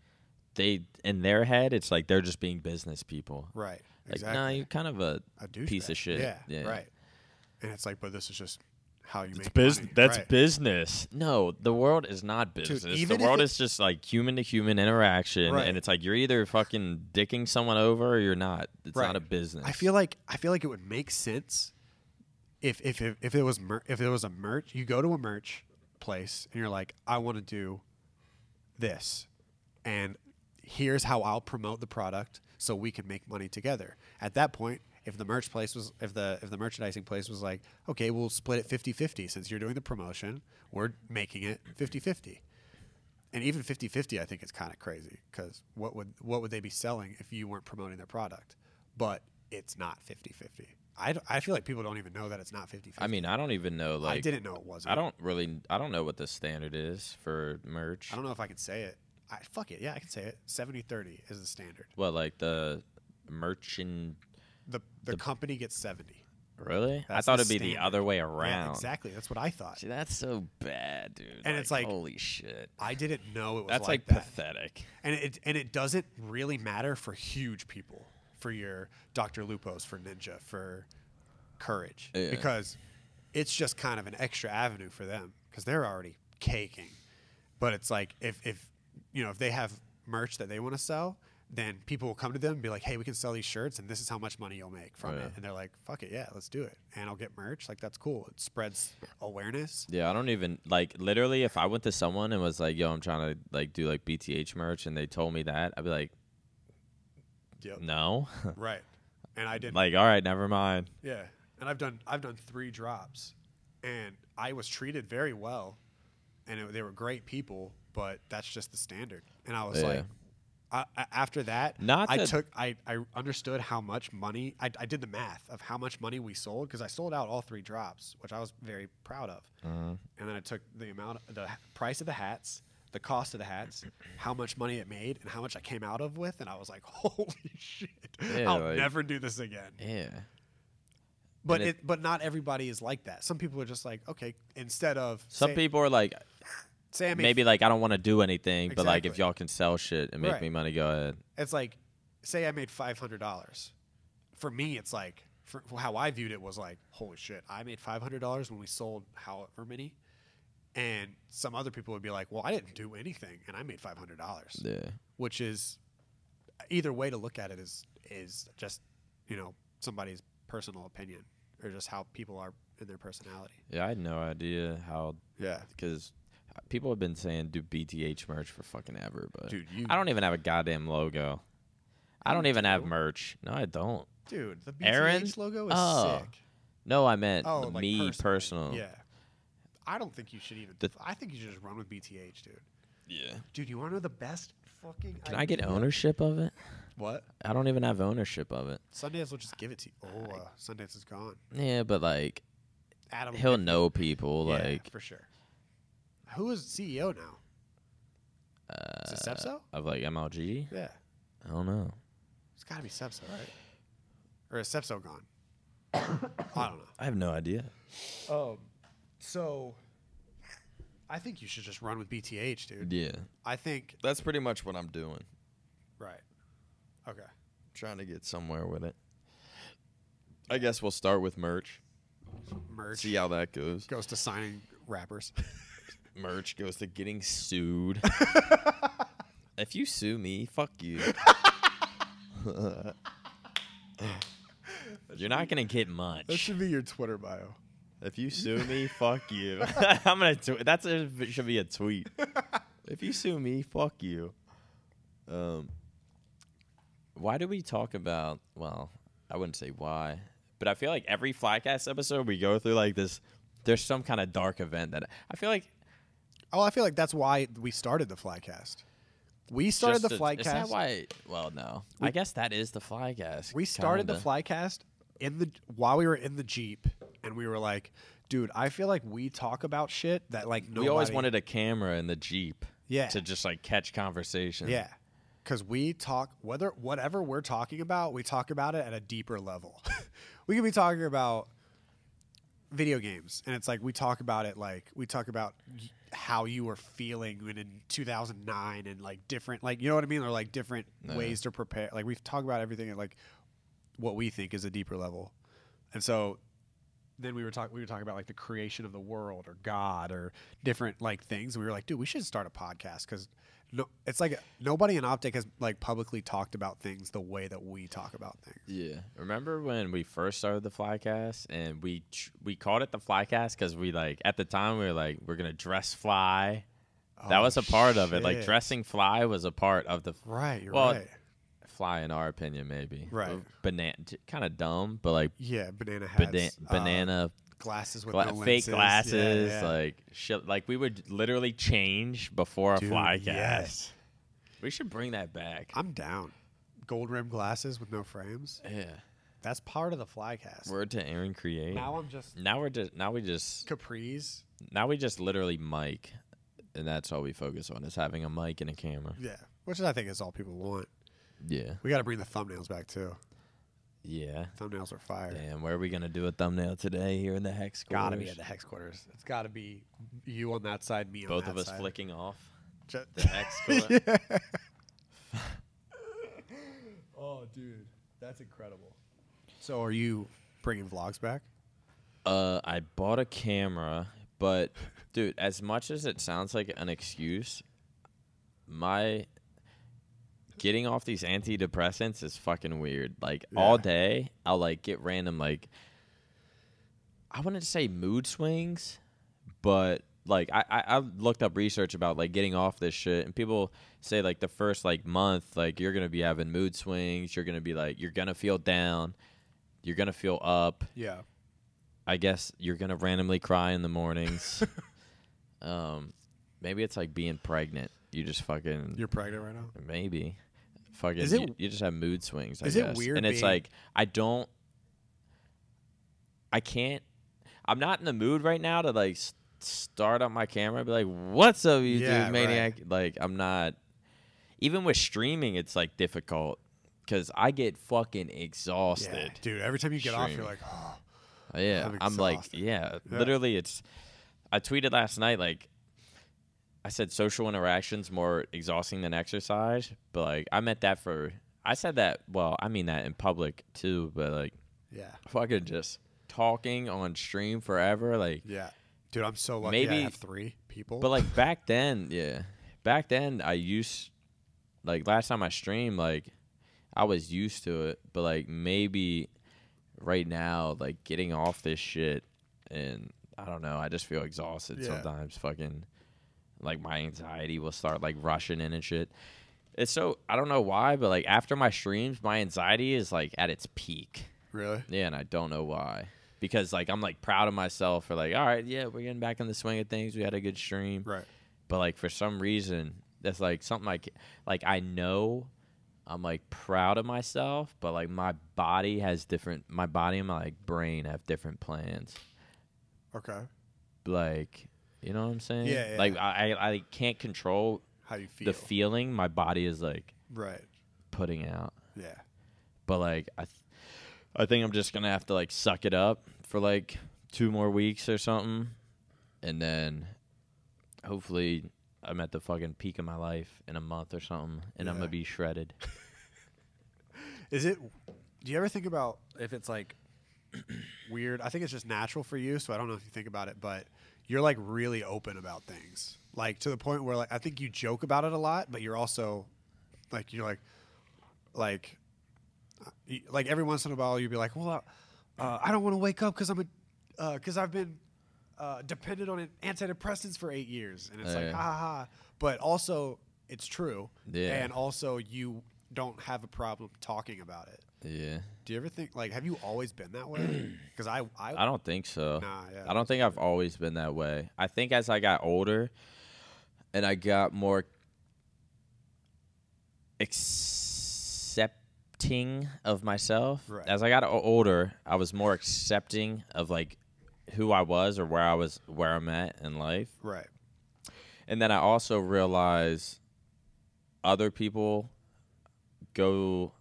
they in their head it's like they're just being business people. Right. Like, exactly. nah, you're kind of a, a douchebag. piece of shit. Yeah, Right. And it's like, but this is just how you make business. money. That's right. business. No, the world is not business. even the if world it- is just like human to human interaction, Right. and it's like you're either fucking dicking someone over or you're not. It's Right. not a business. I feel like I feel like it would make sense if if if, if it was mer- if it was a merch. You go to a merch place and you're like, I want to do this, and here's how I'll promote the product so we can make money together. At that point. If the merch place was if the if the merchandising place was like, okay, we'll split it 50-50 since you're doing the promotion, we're making it 50-50. and even 50-50 i think it's kind of crazy because what would what would they be selling if you weren't promoting their product but it's not 50-50 i, d- I feel like people don't even know that it's not 50-50 I mean, I don't even know. I Like, didn't know it wasn't I don't really. I don't know what the standard is for merch. i don't know if i can say it I, fuck it yeah i can say it 70-30 is the standard Well, like the merchant. the the, company gets 70 Really? I That's thought the it'd be the standard. other way yeah, around. exactly that's what i thought See, that's so bad, dude. And it's like- holy shit. i didn't know it was That's like, like, that pathetic. and it and it doesn't really matter for huge people for your Dr. Lupos for Ninja for Courage Yeah. because it's just kind of an extra avenue for them because they're already caking. But it's like if if you know if they have merch that they want to sell, then people will come to them and be like, "Hey, we can sell these shirts, and this is how much money you'll make from Oh, Yeah. it." And they're like, "Fuck it, yeah, let's do it." And I'll get merch. Like that's cool. It spreads awareness. Yeah, I don't even like literally if I went to someone and was like, "Yo, I'm trying to like do like BTH merch," and they told me that, I'd be like, Yep. "No." <laughs> Right. And I didn't. like, "All right, never mind." Yeah, and I've done I've done three drops, and I was treated very well, and it, they were great people. But that's just the standard. And I was Yeah. like, I, I, after that, Not I that- took I, I understood how much money I, I did the math of how much money we sold because I sold out all three drops, which I was very proud of. Uh-huh. And then I took the amount the price of the hats. The cost of the hats, how much money it made, and how much I came out of with, and I was like, <laughs> "Holy shit! Yeah, I'll like- never do this again." Yeah. But And it, it- but not everybody is like that. Some people are just like, okay, instead of Some say- people are like, say I made maybe like I don't want to do anything, but like if Exactly. y'all can sell shit and make Right. me money, go ahead. it's like, say I made five hundred dollars. For me, it's like for for how I viewed it was like, holy shit, I made five hundred dollars when we sold however many, and some other people would be like, well, I didn't do anything and I made five hundred dollars, Yeah. which is either way to look at it is is just you know somebody's personal opinion or just how people are in their personality. Yeah, I had no idea how Yeah, because people have been saying do BTH merch for fucking ever, but Dude, you- I don't even have a goddamn logo. I don't even have merch. No, I don't. dude, the BTH Aaron? logo is Oh. sick. No, I meant Oh, the like me personally. personal. Yeah. I don't think you should even. The- I think you should just run with BTH, dude. Yeah. Dude, you want to know the best fucking? Can I get ownership of it? what? I don't even have ownership of it. Sundance will just give it to you. Oh, uh, Sundance is gone. Yeah, but like, Adam. he'll know people. Yeah, like for sure. Who is CEO now? Uh, is it Sepso? of like MLG. Yeah, I don't know. it's got to be Sepso, right? Or is Sepso gone? <coughs> I don't know. I have no idea. So, I think you should just run with BTH, dude. Yeah, I think That's pretty much what I'm doing. right. Okay. trying to get somewhere with it. I guess we'll start with merch. Merch See how that goes. goes to signing rappers. Merch goes to <laughs> getting sued. if you sue me, fuck you. <laughs> you're not gonna get much. be your Twitter bio. If you sue <laughs> me, Fuck you. I'm gonna. Tw- that's a, should be a <laughs> tweet. if you sue me, fuck you. Um, Why do we talk about? Well, I wouldn't say why, but I feel like every Flycast episode we go through like this. There's some kind of dark event that I feel like. Oh, I feel like that's why we started the Flycast. We started just the to- Is that Flycast. why? Well, no. I guess that is the Flycast. We started the kinda. Flycast in the while we were in the Jeep, and we were like, "Dude, I feel like we talk about shit that like nobody." We always wanted a camera in the Jeep. Yeah. To just like catch conversation. yeah, because we talk whether whatever we're talking about, we talk about it at a deeper level. <laughs> we could be talking about video games, and it's like we talk about it like we talk about y- how you were feeling when in 2009 and like different like you know what I mean or like different ways to prepare. Like we've talked about everything at like what we think is a deeper level, and so then we were talking we were talking about like the creation of the world or God or different like things. And we were like, dude, we should start a podcast because no, it's like nobody in optic has like publicly talked about things the way that we talk about things. Yeah. Remember when we first started the Flycast and we ch- we called it the Flycast because we like at the time we were like we're gonna dress fly. that Oh, was a part of it. Like shit. dressing fly was a part of the Right, you're Well, right. fly in our opinion maybe Right. banana kind of dumb but like Yeah, banana hats, bana- uh, banana glasses with gla- no fake lenses. Yeah, glasses yeah. like shit like we would literally change before a Dude, Flycast. yes. We should bring that back. I'm down. Gold rimmed glasses with no frames. yeah. That's part of the flycast. Word to Aaron Create. Now I'm just Now we're just now we just capris. now we just literally mic, and that's all we focus on is having a mic and a camera. Yeah, which I think is all people want. Yeah, We got to bring the thumbnails back too. yeah. Thumbnails are fire. Damn, where are we gonna do a thumbnail today here in the hex? Gotta be quarters? at the hex quarters. It's gotta be you on that side, me on Both that of us side. flicking off Ju- the hex. quarter. <laughs> oh, dude, that's incredible. So, are you bringing vlogs back? Uh, I bought a camera, but dude, as much as it sounds like an excuse, my getting off these antidepressants is fucking weird. Like all Yeah. day, I'll like get random like I wouldn't say mood swings, but like I, I, I looked up research about like getting off this shit and people say like the first like month like you're gonna be having mood swings, you're gonna be like you're gonna feel down, you're gonna feel up. Yeah. I guess you're gonna randomly cry in <laughs> the mornings. um, maybe it's like being pregnant. You just fucking You're pregnant right now? maybe fucking. Is it- you, you just have mood swings. I is it guess. weird And it's being- like I don't. I can't. I'm not in the mood right now to like s- start up my camera and be like, "What's up, YouTube Yeah, right. maniac?" Like I'm not. Even with streaming, it's like difficult because I get fucking exhausted. Dude, every time you get off, you're Streaming. like, oh, Yeah, I'm I'm, like, exhausted. yeah, Yeah. Literally, it's. I tweeted last night like, I said social interactions more exhausting than exercise, but like I meant that for. I said that. Well, I mean that in public too, but like yeah. fucking just talking on stream forever, like. Yeah. Dude, I'm so lucky I Maybe- have three people. But like back then, yeah, back then I used, like last time I streamed, like I was used to it. But like maybe right now, like getting off this shit, and I don't know, I just feel exhausted Yeah. sometimes. Fucking, like my anxiety will start like rushing in and shit. It's so I don't know why, but like after my streams, my anxiety is like at its peak. really? Yeah, and I don't know why. Because like I'm like proud of myself for like, all right, yeah, we're getting back in the swing of things. We had a good stream, Right. but like for some reason, that's like something like like I know I'm like proud of myself, but like my body has different. My body and my like brain have different plans. Okay. Like, you know what I'm saying? Yeah, yeah. Like I I, I can't control How you feel? the feeling my body is like right. putting out. Yeah. But like I th- I think I'm just going to have to like suck it up for like two more weeks or something and then hopefully I'm at the fucking peak of my life in a month or something and I'm Yeah. going to be shredded. Is it? Do you ever think about if it's like weird? I think it's just natural for you, so I don't know if you think about it, but you're like really open about things, like to the point where like I think you joke about it a lot, but you're also like you're like like uh, y- like every once in a while you'd be like, well, uh, I don't want to wake up because I'm a because I've been. Uh, dependent on an antidepressants for eight years, and it's like Yeah. ha ha ha. But also, it's true, Yeah. and also you don't have a problem talking about it. Yeah. Do you ever think like have you always been that <clears throat> way? Because I, I, I don't think so. Nah, yeah, I don't think I've always been that way. I think as I got older and I got more accepting of myself, Right. as I got o- older, I was more accepting of like who I was or where I was, where I'm at in life. right. And then I also realize other people go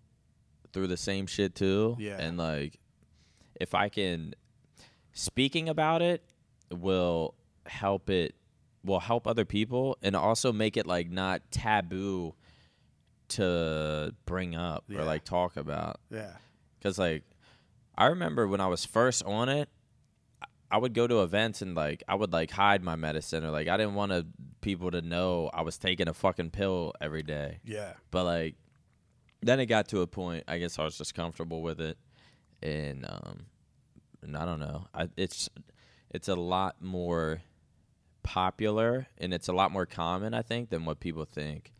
through the same shit too. Yeah. And like, if I can, speaking about it will help it, will help other people and also make it like not taboo to bring up Yeah. or like talk about. Yeah. Cause like, I remember when I was first on it, I would go to events and like I would like hide my medicine or like I didn't want to, people to know I was taking a fucking pill every day. Yeah. But like, then it got to a point. I guess I was just comfortable with it, and um, and I don't know. I, it's it's a lot more popular and it's a lot more common, I think, than what people think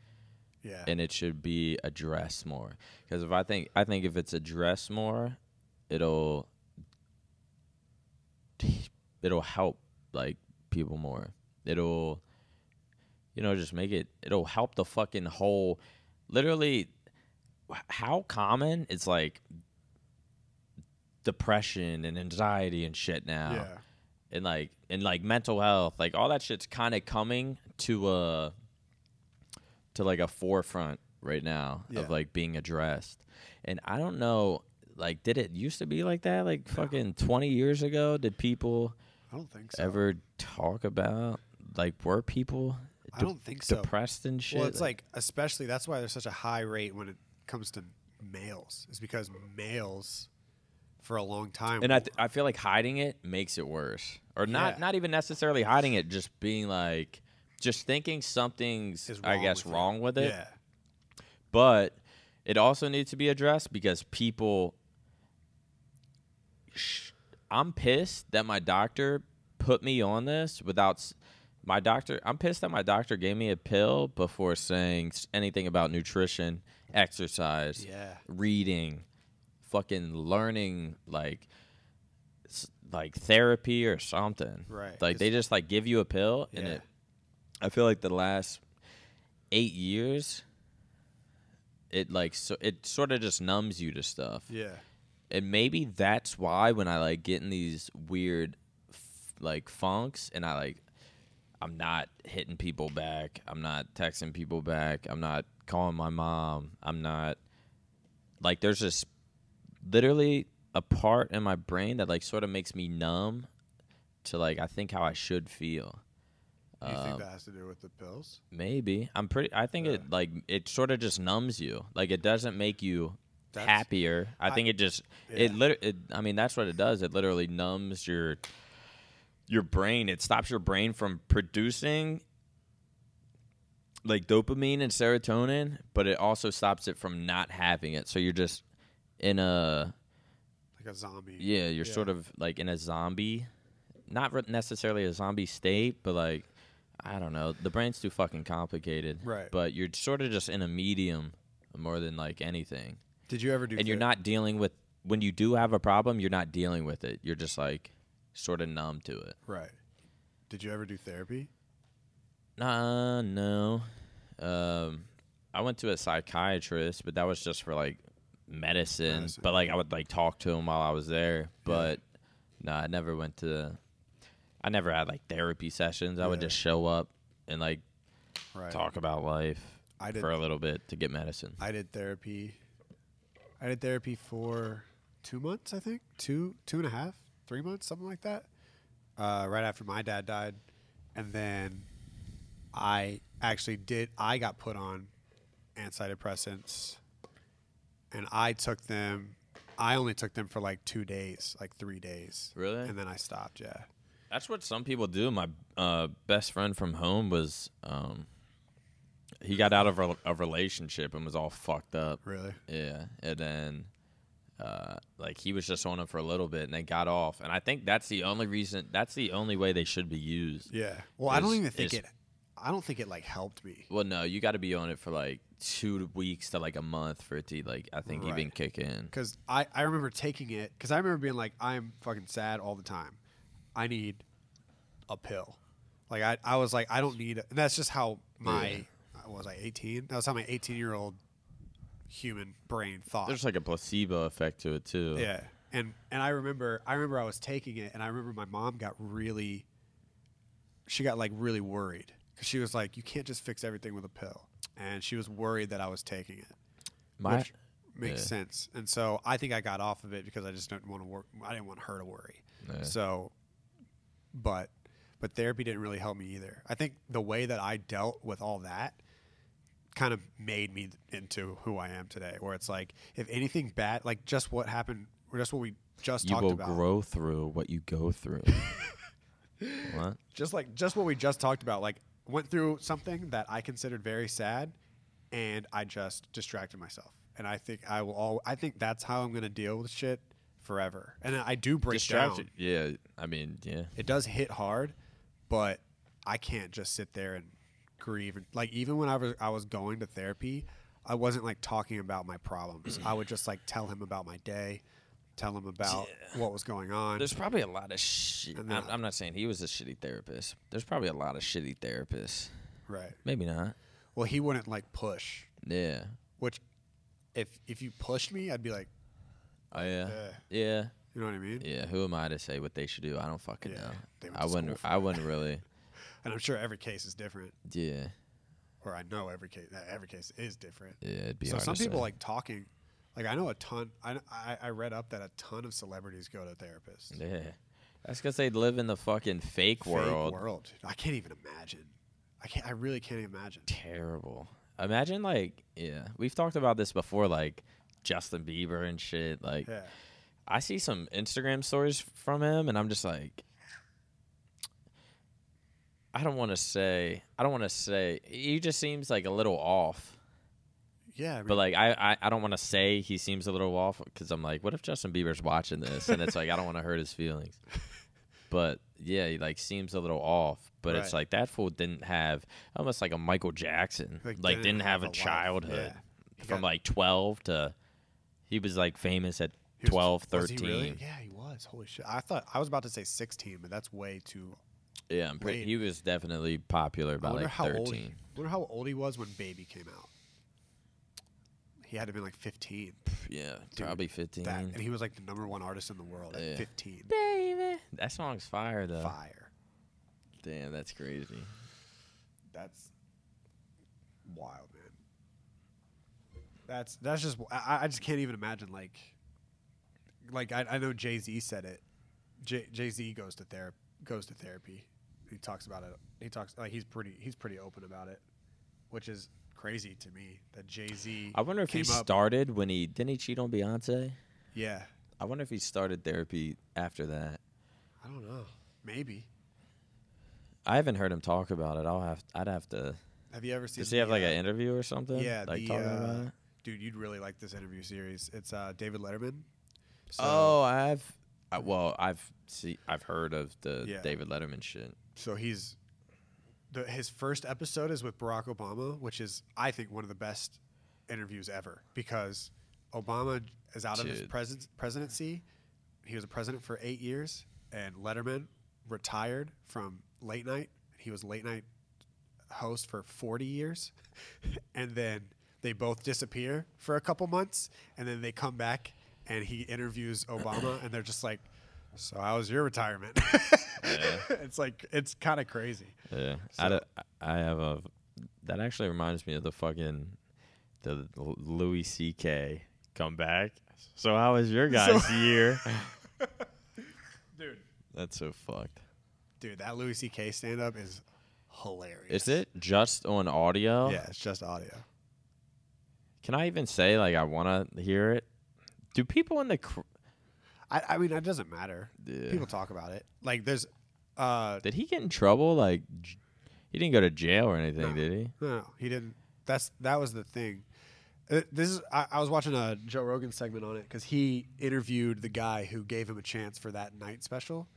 Yeah. and it should be addressed more. Because if I think I think if it's addressed more, it'll it'll help like people more. It'll you know just make it. It'll help the fucking whole. Literally, wh- how common it's like depression and anxiety and shit now yeah. and like and like mental health, like all that shit's kind of coming to a to like a forefront right now Yeah. of like being addressed. And I don't know, like, did it used to be like that? Like fucking twenty years ago, did people I don't think so. ever talk about like were people I de- don't think so. depressed and shit? Well, it's like especially that's why there's such a high rate when it comes to males. Is because males for a long time and I, th- I feel like hiding it makes it worse, or not Yeah. not even necessarily hiding it, just being like, just thinking something's is I wrong guess with wrong with it. Yeah. but it also needs to be addressed because people Sh- I'm pissed that my doctor put me on this without s- my doctor I'm pissed that my doctor gave me a pill before saying s- anything about nutrition, exercise, Yeah. reading, fucking learning like s- like therapy or something. Right. Like they It's- just like give you a pill and Yeah. it I feel like the last 8 years it like so it sort of just numbs you to stuff Yeah. and maybe that's why when I like get in these weird f- like funks and I like I'm not hitting people back. I'm not texting people back. I'm not calling my mom. I'm not like there's this literally a part in my brain that like sort of makes me numb to like I think how I should feel. Do you think Um, that has to do with the pills? Maybe. I'm pretty I think it like it sort of just numbs you. Like it doesn't make you That's- happier. I, think it just it Yeah. literally I mean that's what it does. It literally numbs your your brain. It stops your brain from producing like dopamine and serotonin, but it also stops it from not having it. So you're just in a Like a zombie. yeah, you're sort of like in a zombie, not re- necessarily a zombie state, but like I don't know, the brain's too fucking complicated. Right. But you're sort of just in a medium more than like anything, Did you ever do? and you're ther- not dealing with when you do have a problem, you're not dealing with it. You're just like sort of numb to it. right. Did you ever do therapy? Nah, no. Um, I went to a psychiatrist, but that was just for like medicine. Medicine, But like I would like talk to him while I was there. But no, I never went to. I never had like therapy sessions. I would Yeah. just show up and like Right. talk about life I did- for a little bit to get medicine. I did therapy. I did therapy for two months, I think two, two and a half, three months, something like that. Uh, right after my dad died, and then I actually did. I got put on antidepressants, and I took them. I only took them for like two days, like three days. Really? And then I stopped. Yeah. That's what some people do. My uh, best friend from home was um, he got out of a, a relationship and was all fucked up. Really? Yeah, and then uh, like he was just on it for a little bit and then got off. And I think that's the only reason. That's the only way they should be used. Yeah. Well, I don't Is- even think is- it. I don't think it like helped me. Well, no, you got to be on it for like two weeks to like a month for it to like I think even Right. kick in. because I, I remember taking it because I remember being like I'm fucking sad all the time. I need a pill. Like I, I was like I don't need. And that's just how my I was like 18. That was how my 18 year old human brain thought. There's like a placebo effect to it too. yeah. And and I remember I remember I was taking it and I remember my mom got really. She got like really worried because she was like, you can't just fix everything with a pill, and she was worried that I was taking it my which makes yeah. sense. And so I think I got off of it because I just didn't want to work. I didn't want her to worry. Yeah. So, but but therapy didn't really help me either. I think the way that I dealt with all that kind of made me into who I am today. Where it's like, if anything bad, like just what happened, or just what we just you talked will about, grow through what you <laughs> go through. what? just like just what we just talked about, like went through something that I considered very sad, and I just distracted myself. And I think I will all. I think that's how I'm going to deal with shit forever. And I do break Distracted. down. Yeah, I mean, yeah. It does hit hard, but I can't just sit there and grieve. Like even when I was I was going to therapy, I wasn't like talking about my problems. I would just like tell him about my day, tell him about what was going on. There's probably a lot of shit. And I'm, then- I'm not saying he was a shitty therapist. There's probably a lot of shitty therapists. right. Maybe not. Well, he wouldn't like push. Yeah. which if if you pushed me, I'd be like, Oh yeah. Yeah. Yeah. you know what I mean? Yeah. Who am I to say what they should do? I don't fucking Yeah, know. they went I to school wouldn't. for I wouldn't <laughs> really. And I'm sure every case is different, Yeah. or I know every case that every case is different. Yeah. It'd be so hard some to people say. like talking, like I know a ton. I, I I read up that a ton of celebrities go to therapists. Fake <laughs> Yeah. That's because they live in the fucking fake, world. world. dude. I can't even imagine. I can't. I really can't imagine. Terrible. Imagine like yeah. We've talked about this before, like Justin Bieber and shit. Like Yeah. I see some Instagram stories from him, and I'm just like, I don't want to say, I don't want to say. He just seems like a little off. Yeah. I mean, But like, I I, I don't want to say he seems a little off because I'm like, what if Justin Bieber's watching this? And it's like, I don't want to hurt <laughs> his feelings. But yeah, he like seems a little off. But it's Right. like that fool didn't have almost like a Michael Jackson, like, didn't, have, a life. childhood Yeah. He from got- like 12 to he was like famous at he was- 12, was 13. he really? Yeah, he was. Holy shit! I thought I was about to say 16, but that's way too. Yeah, I'm pretty, Wait. he was definitely popular I by wonder like how 13. old. He, wonder how old he was when Baby came out. He had to have been like 15. Yeah, probably 15. that, and he was like the number one artist in the world at Yeah. 15. Baby, that song's fire though. Fire. Damn, that's crazy. That's wild, man. That's that's just I, I just can't even imagine like like I, I know Jay Z said it. Jay Z goes to therapy goes to therapy. He talks about it. He talks like he's pretty he's pretty open about it, which is crazy to me that Jay Z. I wonder if he started when he didn't he cheat on Beyonce. Yeah, I wonder if he started therapy after that. I don't know. Maybe. I haven't heard him talk about it. I'll have I'd have to. Have you ever seen? Does he have the, like uh, an interview or something? Yeah, like the, talking uh, about it. dude, you'd really like this interview series. It's uh, David Letterman. So, oh, I've I, well, I've see I've heard of the Yeah. David Letterman shit. so he's the, his first episode is with Barack Obama, which is I think one of the best interviews ever because Obama is out of his Dude. pres- presidency. He was a president for eight years, and Letterman retired from late night. He was late night host for 40 years <laughs> and then they both disappear for a couple months and then they come back and he interviews Obama and they're just like So how was your retirement? <laughs> it's like it's kind of crazy. Yeah, I, d- I have a. That actually reminds me of the fucking the L- Louis C.K. comeback. So how was your guys' year? <laughs> Dude, That's so fucked. dude, that Louis C.K. stand up is hilarious. Is it just on audio? Yeah, it's just audio. Can I even say like I want to hear it? Do people in the cr- I, I mean, it doesn't matter. Yeah. People talk about it. Like there's, uh, did he get in trouble? Like j- he didn't go to jail or anything, did he? <laughs> no, no, he didn't. That's that was the thing. Uh, This is I, I was watching a Joe Rogan segment on it because he interviewed the guy who gave him a chance for that night special.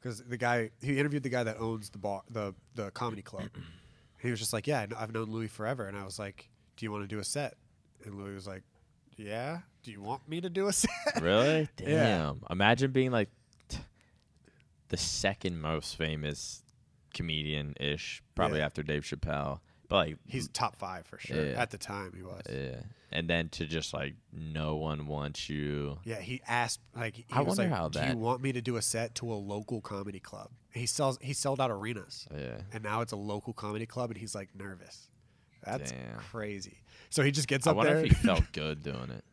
Because the guy he interviewed the guy that owns the bar, the the comedy club. he was just like, "Yeah, I kn- I've known Louis forever," and I was like, "Do you want to do a set?" And Louis was like, "Yeah." Do you want me to do a <laughs> set? Really? Damn. Yeah. Imagine being like t- the second most famous comedian ish, probably Yeah. after Dave Chappelle. But like, He's top five for sure. Yeah. At the time, he was. yeah. And then to just like, no one wants you. Yeah, he asked like he I was wonder like, how Do that- you want me to do a set to a local comedy club? He sells he sold out arenas, Yeah. and now it's a local comedy club, and he's like nervous. That's Damn. crazy. So he just gets I up wonder there. if he <laughs> felt good doing it.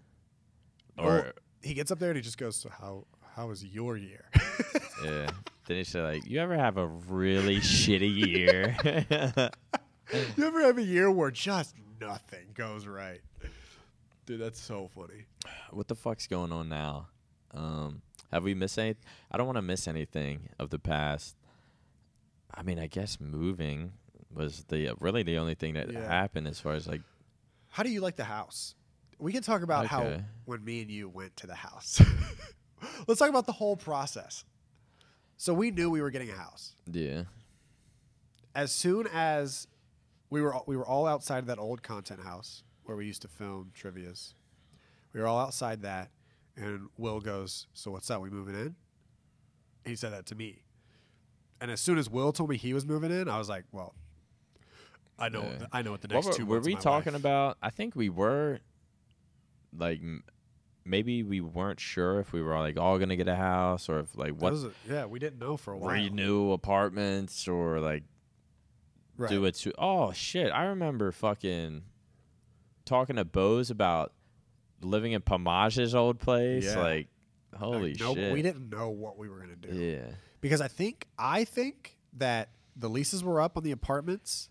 Well, Or, he gets up there and he just goes, "So how how was your year?" <laughs> yeah. Then he said, like, you ever have a really shitty year? you ever have a year where just nothing goes right? Dude, that's so funny. <laughs> what the fuck's going on now? Um, have we missed any? I don't want to miss anything of the past. I mean, I guess moving was the really the only thing that Yeah. happened as far as like How do you like the house? We can talk about how Okay. when me and you went to the house. <laughs> Let's talk about the whole process. So we knew we were getting a house. yeah. as soon as we were all- we were all outside of that old content house where we used to film trivia's, we were all outside that, and Will goes, "So what's up? We moving in?" He said that to me, and as soon as Will told me he was moving in, I was like, "Well, I know Yeah. I know what the What next were, two were months of we my talking life- about? I think we were like m- maybe we weren't sure if we were like all gonna get a house or if like That what was a- yeah, we didn't know for a while. renew apartments or like right. do it to oh shit i remember fucking talking to bose about living in pomage's old place Yeah. like holy no, shit we didn't know what we were gonna do. yeah because I think I think that the leases were up on the apartments,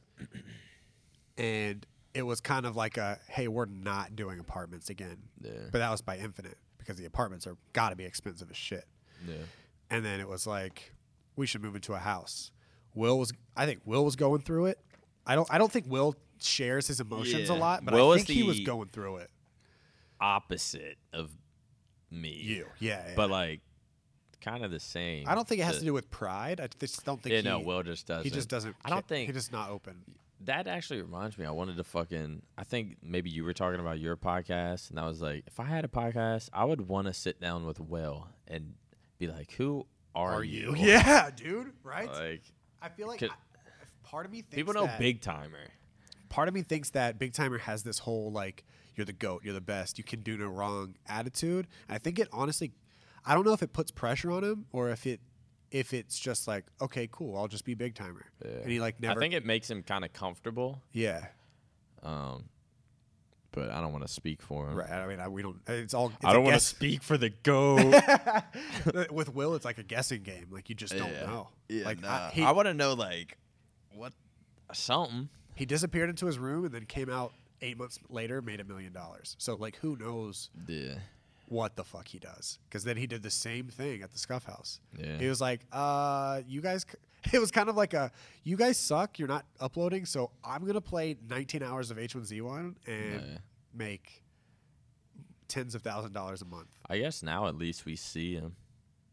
and it was kind of like a hey, we're not doing apartments again. Yeah. But that was by Infinite because the apartments are got to be expensive as shit. yeah And then it was like we should move into a house. Will was I think Will was going through it. I don't I don't think Will shares his emotions a Yeah. lot, but Will I is think he was the- going through it. opposite of me You, yeah, yeah. but like kind of the same I don't think it has to do with pride. I just don't think yeah, he, no, Will just doesn't. he just doesn't. I don't ca- think he just not open. that actually reminds me. I wanted to fucking. I think maybe you were talking about your podcast, and I was like, if I had a podcast, I would want to sit down with Will and be like, "Who <laughs> are, <laughs> Yeah, dude. Right. Like, I feel like I, Could- if part of me thinks People know that, big timer. Part of me thinks that Big Timer has this whole like you're the goat, you're the best, you can do no wrong attitude. I think it honestly, I don't know if it puts pressure on him or if it if it's just like okay, cool, I'll just be Big Timer, and he like never. I think it makes him kind of comfortable, yeah, but I don't want to speak for him. right. I mean, I, we don't. It's all. It's I don't want want to speak for the <laughs> goat. to. With Will, it's like a guessing game. Like you just don't know. like I, he, I want to know like what Something. he disappeared into his room and then came out eight months later, made a million dollars. So like, who knows? Yeah. what the fuck he does because then he did the same thing at the scuff house Yeah. he was like uh you guys c-" <laughs> it was kind of like a you guys suck you're not uploading so i'm gonna play 19 hours of h1z1 and Yeah. make tens of thousand dollars a month I guess now at least we see him.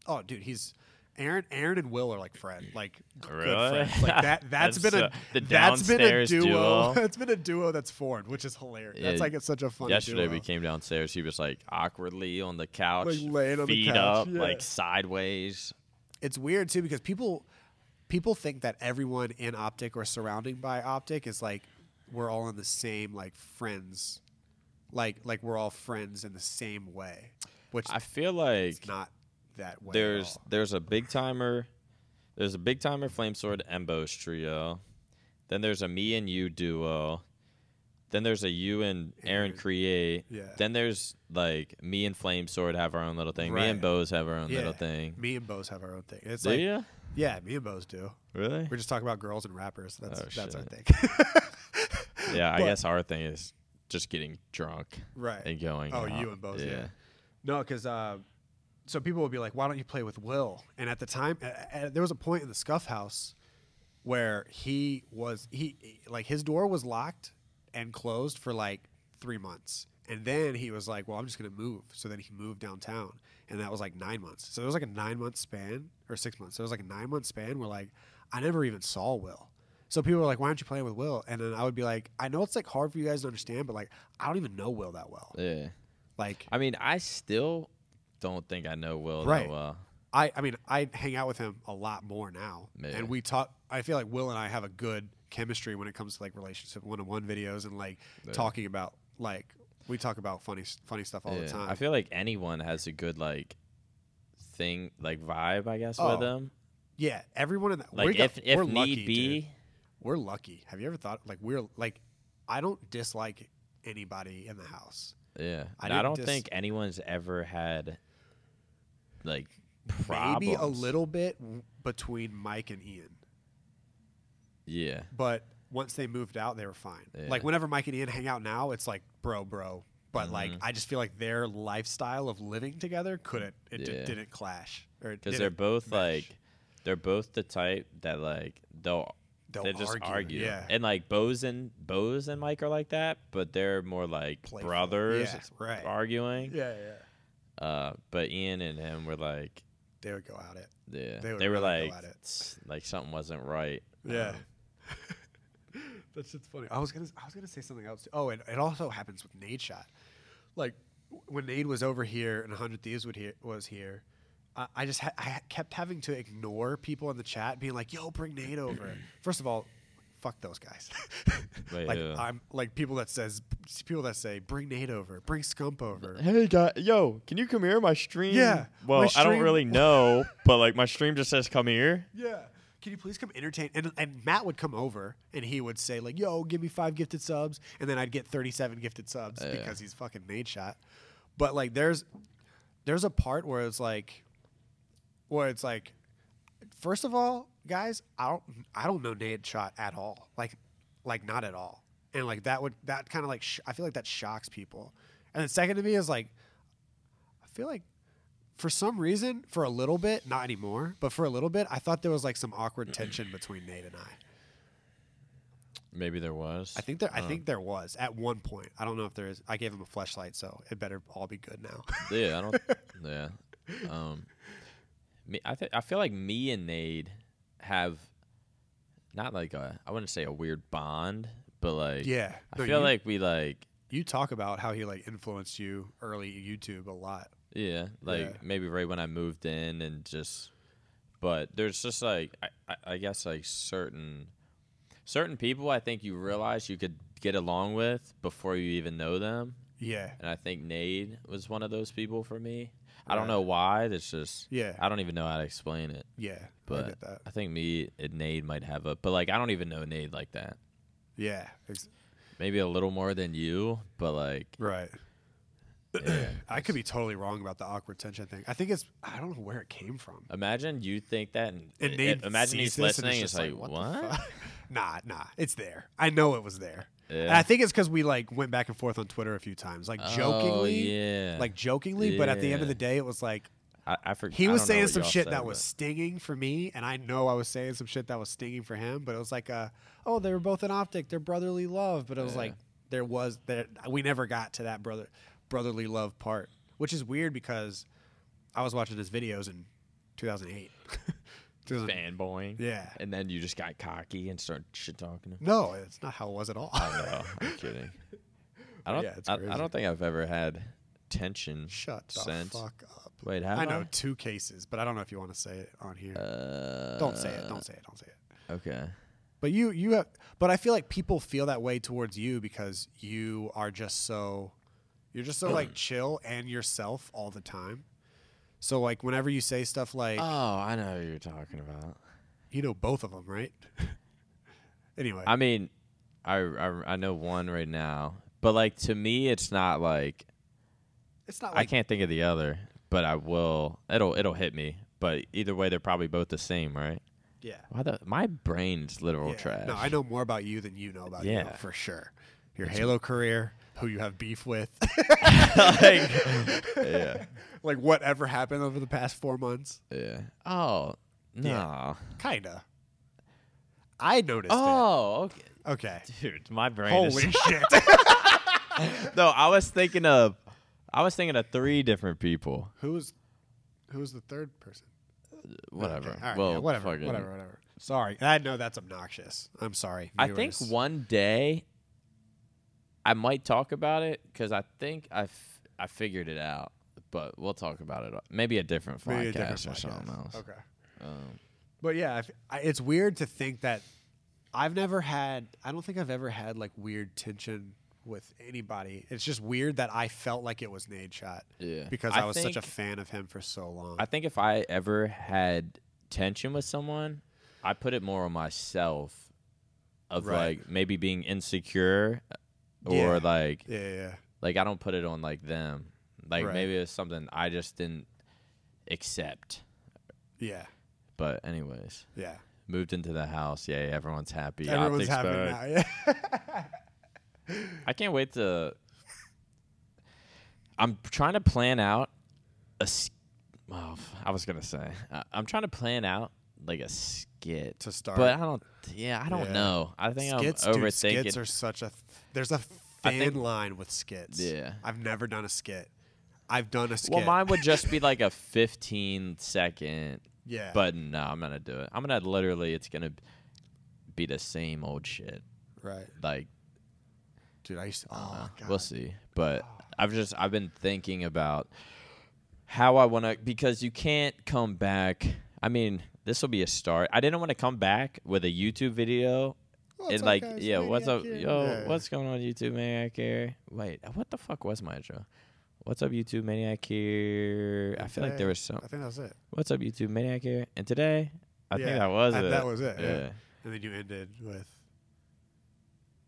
oh dude he's Aaron, Aaron and Will are like friend, like g- good Really? friends. <laughs> Like that. That's That's been a the that's been a downstairs duo. duo. <laughs> That's been a duo that's formed, which is hilarious. Yeah. That's like it's such a funny. Yesterday duo. we came downstairs. He was like awkwardly on the couch, Like, laying on the feet couch, up, yeah. like sideways. it's weird too because people people think that everyone in optic or surrounding by optic is like we're all in the same like friends like like we're all friends in the same way which I feel like is not that way. at There's all. there's a big timer. There's a big timer flame sword Embos trio. Then there's a me and you duo. Then there's a you and Aaron Aaron. create. Yeah. Then there's like me and flame sword have our own little thing. Me Right. and Bose have our own yeah. little thing. Me and Bose have our own thing. It's Do like ya? yeah, me and Bose do. Really? We're just talking about girls and rappers. That's Oh, that's our thing. <laughs> Yeah, I but- guess our thing is just getting drunk right. and going. Oh, out. you and Bose. Yeah. No, because uh, so people would be like, "Why don't you play with Will?" And at the time, uh, uh, there was a point in the Scuff House where he was he like his door was locked and closed for like three months, and then he was like, "Well, I'm just gonna move." So then he moved downtown, and that was like nine months. So there was like a nine month span or six months. So it was like a nine month span where like I never even saw Will. So people were like, "Why aren't you playing with Will?" And then I would be like, "I know it's like hard for you guys to understand, but like I don't even know Will that well. Yeah. Like I mean, I still don't think I know Will Right. that well. I, I mean, I hang out with him a lot more now, Yeah. and we talk. I feel like Will and I have a good chemistry when it comes to like relationship one-on-one videos and like talking about like we talk about funny, funny stuff all Yeah. the time. I feel like anyone has a good like thing, like vibe, I guess, Oh, with them. yeah, everyone in that. Like we got- if if we're need lucky, be, dude. we're lucky. Have you ever thought like we're like I don't dislike anybody in the house. yeah. I And I, didn't don't dis- think anyone's ever had like problems. Maybe a little bit w- between Mike and Ian. Yeah. but once they moved out, they were fine. Yeah. Like whenever Mike and Ian hang out now, it's like bro, bro. But Mm-hmm. like I just feel like their lifestyle of living together couldn't it di- Yeah. didn't clash or it Because didn't they're both mesh. like, they're both the type that like they'll They'll they just argue, argue, yeah. and like Bose and Bose and Mike are like that, but they're more like Playful. brothers Yeah, right. arguing. yeah yeah Uh, but Ian and him were like, they would go at it They yeah, they, would were really go like, at it. "Tss," like something wasn't right. <laughs> yeah. That's just funny. Um, I was gonna I was gonna say something else. Too. Oh, and it also happens with Nade shot. Like w- when Nade was over here and 100 Thieves would here, was here, I, I just ha- I ha- kept having to ignore people in the chat being like, "Yo, bring Nade <clears throat> over." First of all, fuck those guys. <laughs> Wait, like who? I'm like people that says people that say, "Bring Nade over, bring Scump over." Hey guy, yo, can you come here? My stream. Yeah, Well, my I don't stream- <laughs> really know, but like my stream just says come here. Yeah. Can you please come entertain? And, and Matt would come over and he would say, like, yo, give me five gifted subs. And then I'd get 37 gifted subs because he's fucking made shot. But like, there's there's a part where it's like, where it's like, first of all, guys, I don't I don't know Nate shot at all. Like like not at all. And like that would that kind of like sh- I feel like that shocks people. And then second to me is like I feel like for some reason for a little bit, not anymore, but for a little bit I thought there was like some awkward tension between Nate and I. Maybe there was. I think there Uh. I think there was at one point. I don't know if there is. I gave him a flashlight, so it better all be good now. <laughs> Yeah, I don't. yeah, um, me, I think I feel like me and Nade have not like a I wouldn't say a weird bond, but like Yeah. I No, feel you- like we like you talk about how he like influenced you early YouTube a lot. yeah like Yeah. maybe right when I moved in and just but there's just like I, I, I guess like certain certain people I think you realize you could get along with before you even know them, Yeah. and I think Nade was one of those people for me. I don't Right. know why. That's just Yeah. I don't even know how to explain it. Yeah. I But get that. I think me and Nade might have a, but like I don't even know Nade like that. Yeah. Ex- Maybe a little more than you, but like Right. yeah. <clears throat> I could be totally wrong about the awkward tension thing. I think it's I don't know where it came from. imagine you think that, and, And i- Nate imagine sees he's this and listening. It's just like, what? the fuck? <laughs> nah, nah, it's there. I know it was there. And Yeah. I think it's because we like went back and forth on Twitter a few times, like Oh, jokingly, yeah. like jokingly. But at the end of Yeah. the day, it was like I, I forget. he was saying some shit that was stinging for me, and I know I was saying some shit that was stinging for him. But it was like, uh, oh, they were both an optic, they're brotherly love. But it was Yeah. like there was there we never got to that brother brotherly love part, which is weird because I was watching his videos in <laughs> 2008. 2000 fanboying. Yeah. and then you just got cocky and started shit talking. to him. No, it's not how it was at all. No, I'm kidding. I don't. Yeah, it's I, I crazy. don't think I've ever had tension. Shut the since. fuck up. Wait, have I know two cases, but I don't know if you want to say it on here. Uh, don't say it. Don't say it. Don't say it. Okay. But you you have but I feel like people feel that way towards you because you <clears throat> are just so you're just so like chill and yourself all the time. So like whenever you say stuff like Oh, I know who you're talking about. you know both of them, right? <laughs> anyway, I mean, I, I I know one right now, but like to me, it's not like it's not I like can't think of the other, but I will. It'll it'll hit me. But either way, they're probably both the same, right? yeah. Why the my brain's literal yeah. Oh, trash. <laughs> No, I know more about you than you know about you Yeah. for sure. Your Halo career, who you have beef with, <laughs> like, yeah, like whatever happened over the past 4 months. yeah. Oh no. Kinda. I noticed Oh, okay. it. Okay. Dude, my <laughs> brain Holy is. <laughs> shit. no, I was thinking of, I was thinking of three different people. who was who was the third person? Whatever. Okay, all right, well, yeah, whatever, fucking- whatever, whatever. Sorry, I know that's obnoxious. I'm sorry. I think viewers. one day I might talk about it because I think I f- I figured it out. But we'll talk about it. uh, Maybe a different podcast Maybe a different or podcast. something else. Okay, Um, but yeah, if, I, it's weird to think that I've never had. I don't think I've ever had like weird tension with anybody. It's just weird that I felt like it was Nade shot yeah. because I, was such a think- fan of him for so long. I think if I ever had tension with someone, I put it more on myself of Right. like maybe being insecure uh, or Yeah. like yeah, yeah, yeah. like I don't put it on like them. Like Right. maybe it's something I just didn't accept. yeah, But anyways, yeah. moved into the house. Yay, everyone's happy. Everyone's Optics happy mode. now. <laughs> Yeah. I can't wait to. I'm trying to plan out a. s- Well, f- I was gonna say I- I'm trying to plan out like a skit To start. but I don't. Yeah, I don't Yeah. know. I think skits, I'm dude, overthinking. skits are such a. Th- there's a I thin think- line with skits. Yeah. I've never done a skit. I've done a skit. well, mine would just <laughs> be like a 15 second. yeah, But no, I'm gonna do it. I'm gonna literally. It's gonna be the same old shit. right, Like dude. I used to. Uh, Oh, God. We'll see. But I've just I've been thinking about how I want to because you can't come back. I mean, this will be a start. I didn't want to come back with a YouTube video What's and up, like, guys? yeah, what's Maniac up, here. yo, Yeah. what's going on, YouTube Maniac here? Wait, what the fuck was my intro? What's up, YouTube Maniac here? I feel like there Hey, was some. I think that was it. What's up, YouTube Maniac here? And today, I Yeah, think that was that- it. that was it, yeah. And then you ended with.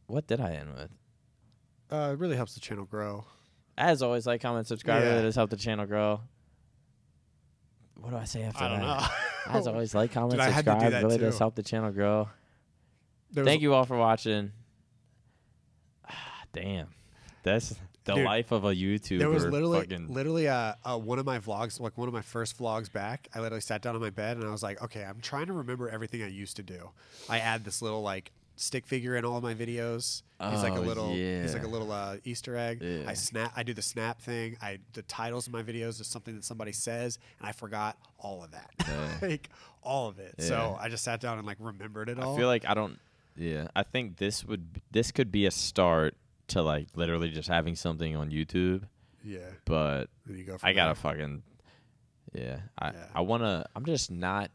What did I end with? Uh, it really helps the channel grow. As always, like, comment, subscribe. Yeah. That has helped the channel grow. What do I say after that? know. As always, like, comment, Dude, I had to do subscribe. that Really too. does help the channel grow. <laughs> There was- Thank you all for watching. <sighs> Ah, Damn, that's the Dude, life of a YouTuber. There was literally, fucking- literally, uh, uh, one of my vlogs, like one of my first vlogs back. I literally sat down on my bed and I was like, okay, I'm trying to remember everything I used to do. I add this little like stick figure in all of my videos. he's like a Oh, little, he's like a yeah. little uh, Easter egg. Yeah. I snap, I do the snap thing. I the titles of my videos is something that somebody says, and I forgot all of that, <laughs> like all of it. So I just sat down and like remembered it all. I feel like I don't. Yeah, I think this would b- this could be a start to like literally just having something on YouTube, yeah. but There you go. I from gotta there. fucking yeah. I Yeah. I wanna. I'm just not.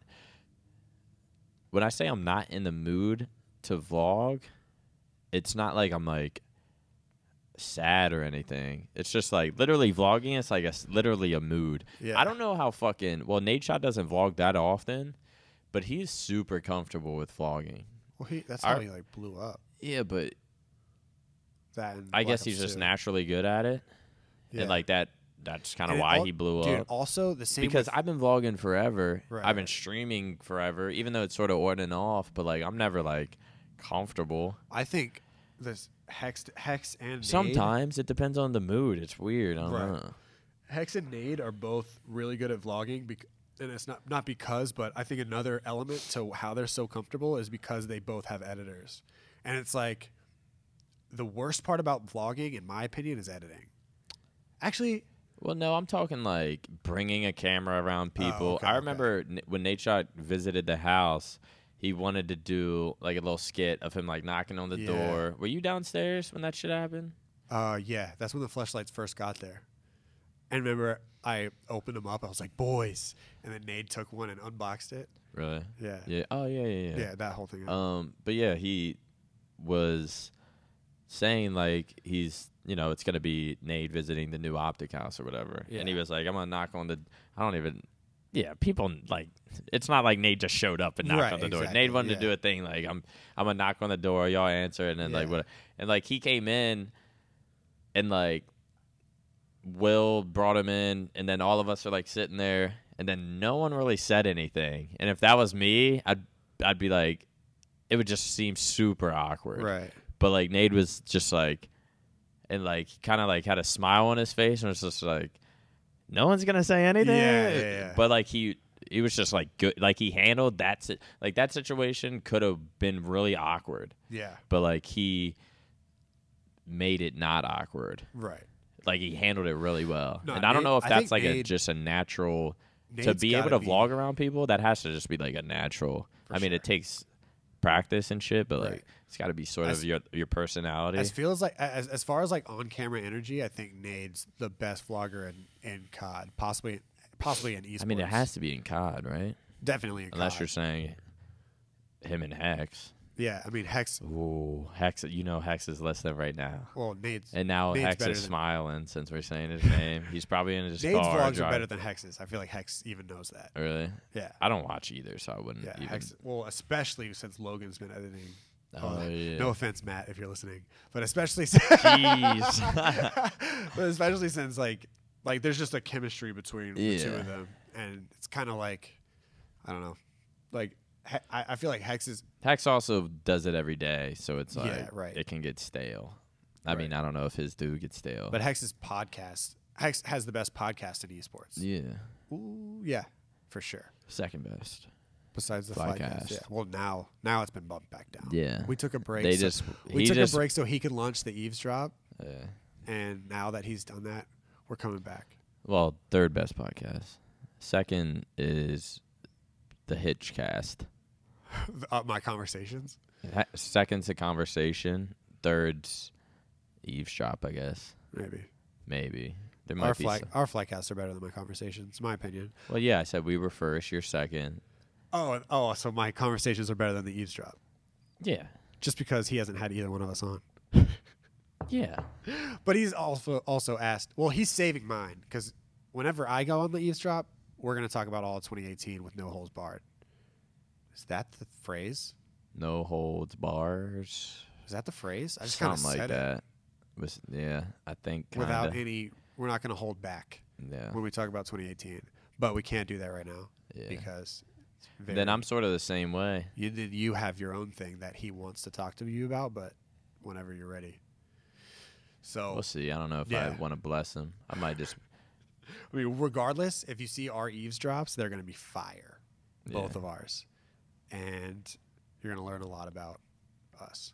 When I say I'm not in the mood to vlog, it's not like I'm like sad or anything. It's just like literally vlogging. It's like it's literally a mood. Yeah. I don't know how fucking well Nate Shot doesn't vlog that often, but he's super comfortable with vlogging. Well, he, that's Our- how he like blew up. Yeah, but That and I Black guess Ops he's just 2. naturally good at it, Yeah. and like that. That's kind of And it why al- he blew Dude, up. also the same because with- I've been vlogging forever. Right, I've been right. streaming forever, even though it's sort of on and off. But like, I'm never like comfortable. I think this Hex, Hex and Nade, Sometimes it depends on the mood. It's weird. I don't Right. know. Hex and Nade are both really good at vlogging, bec- and it's not not because, but I think another element to how they're so comfortable is because they both have editors, and it's like the worst part about vlogging, in my opinion, is editing. Actually, Well, no, I'm talking like bringing a camera around people. Oh, okay, I okay. remember n- when Nate Shot visited the house. He wanted to do like a little skit of him like knocking on the Yeah. door. Were you downstairs when that shit happened? Uh, yeah, that's when the flashlights first got there. And remember, I opened them up. I was like, "Boys," and then Nade took one and unboxed it. Really? Yeah, yeah, Yeah. Oh yeah, yeah, yeah. that whole thing. Um, but yeah, he was saying like he's you know it's gonna be Nate visiting the new optic house or whatever, and he Yeah. was like, I'm gonna knock on the. I don't even. Yeah, people like it's not like Nate just showed up and knocked Right, on the door. exactly, Nate wanted yeah. to do a thing like I'm I'm gonna knock on the door, y'all answer, and then like Yeah. what? And like he came in, and like Will brought him in, and then all of us are like sitting there, and then no one really said anything. And if that was me, I'd I'd be like, it would just seem super awkward, Right. but like Nate was just like, and like kind of like had a smile on his face and was just like, no one's gonna say anything. Yeah, yeah, yeah. But like he, he was just like good. Like he handled that. si- Like that situation could have been really awkward, Yeah. but like he made it not awkward. Right. Like he handled it really well. No, and I don't Nate- know if I that's think like a Nate- just a natural to Nate's be able gotta be- to vlog around people. That has to just be like a natural. I mean, sure. it takes practice and shit, but like Right. it's got to be sort As- of your your personality. As feels like as, as far as like on camera energy, I think Nade's the best vlogger in, in COD, possibly possibly in esports. I mean, it has to be in COD, right? definitely in Unless COD. you're saying him and Hex. yeah. I mean Hex. Ooh, Hex. You know Hex is listening right now. Well, Nade's And now Nate's Hex better is than- smiling since we're saying his name. He's probably in his Nade's car. vlogs are driving- better than Hex's. I feel like Hex even knows that. Really? Yeah. I don't watch either, so I wouldn't Yeah, even. ex- well, especially since Logan's been editing. Oh, Uh, yeah. No offense, Matt, if you're listening, but especially <laughs> Jeez. <laughs> but especially since like like there's just a chemistry between the two Yeah. of them, and it's kind of like I don't know, like he- I, I feel like Hex is Hex also does it every day, so it's Yeah, like right. it can get stale. I mean, I don't know if his do gets stale. but Hex's podcast Hex has the best podcast in esports. Yeah, yeah, Ooh, yeah for sure. second best. Besides the Flycast. podcast, yeah. Well, now now it's been bumped back down. Yeah. we took a break. They so- just we he took just a break so he could launch the eavesdrop. Yeah. and now that he's done that, we're coming back. well, third best podcast. Second is the Hitchcast. Uh, my conversations. Ha- Second's a conversation. Third's eavesdrop, I guess. Maybe Maybe there might our be. fly some- our flycasts are better than my conversations. My opinion. Well, yeah, I said we were first. You're second. Oh, and- oh, so my conversations are better than the eavesdrop, Yeah, just because he hasn't had either one of us on. yeah. But he's also also asked. Well, he's saving mine because whenever I go on the eavesdrop, we're gonna talk about all of 2018 with no holes barred. Is that the phrase? No holds bars. Is that the phrase? I just kind of Something said like it that. Was yeah, I think kinda. without any. We're not gonna hold back yeah. when we talk about 2018, but we can't do that right now Yeah. because. it's Then very- I'm sort of the same way. You did. You have your own thing that he wants to talk to you about, but whenever you're ready. So We'll see. I don't know if Oh. Yeah. I want to bless him. I might just I mean, regardless, if you see our eavesdrops, they're going to be fire, both Yeah. of ours, and you're going to learn a lot about us.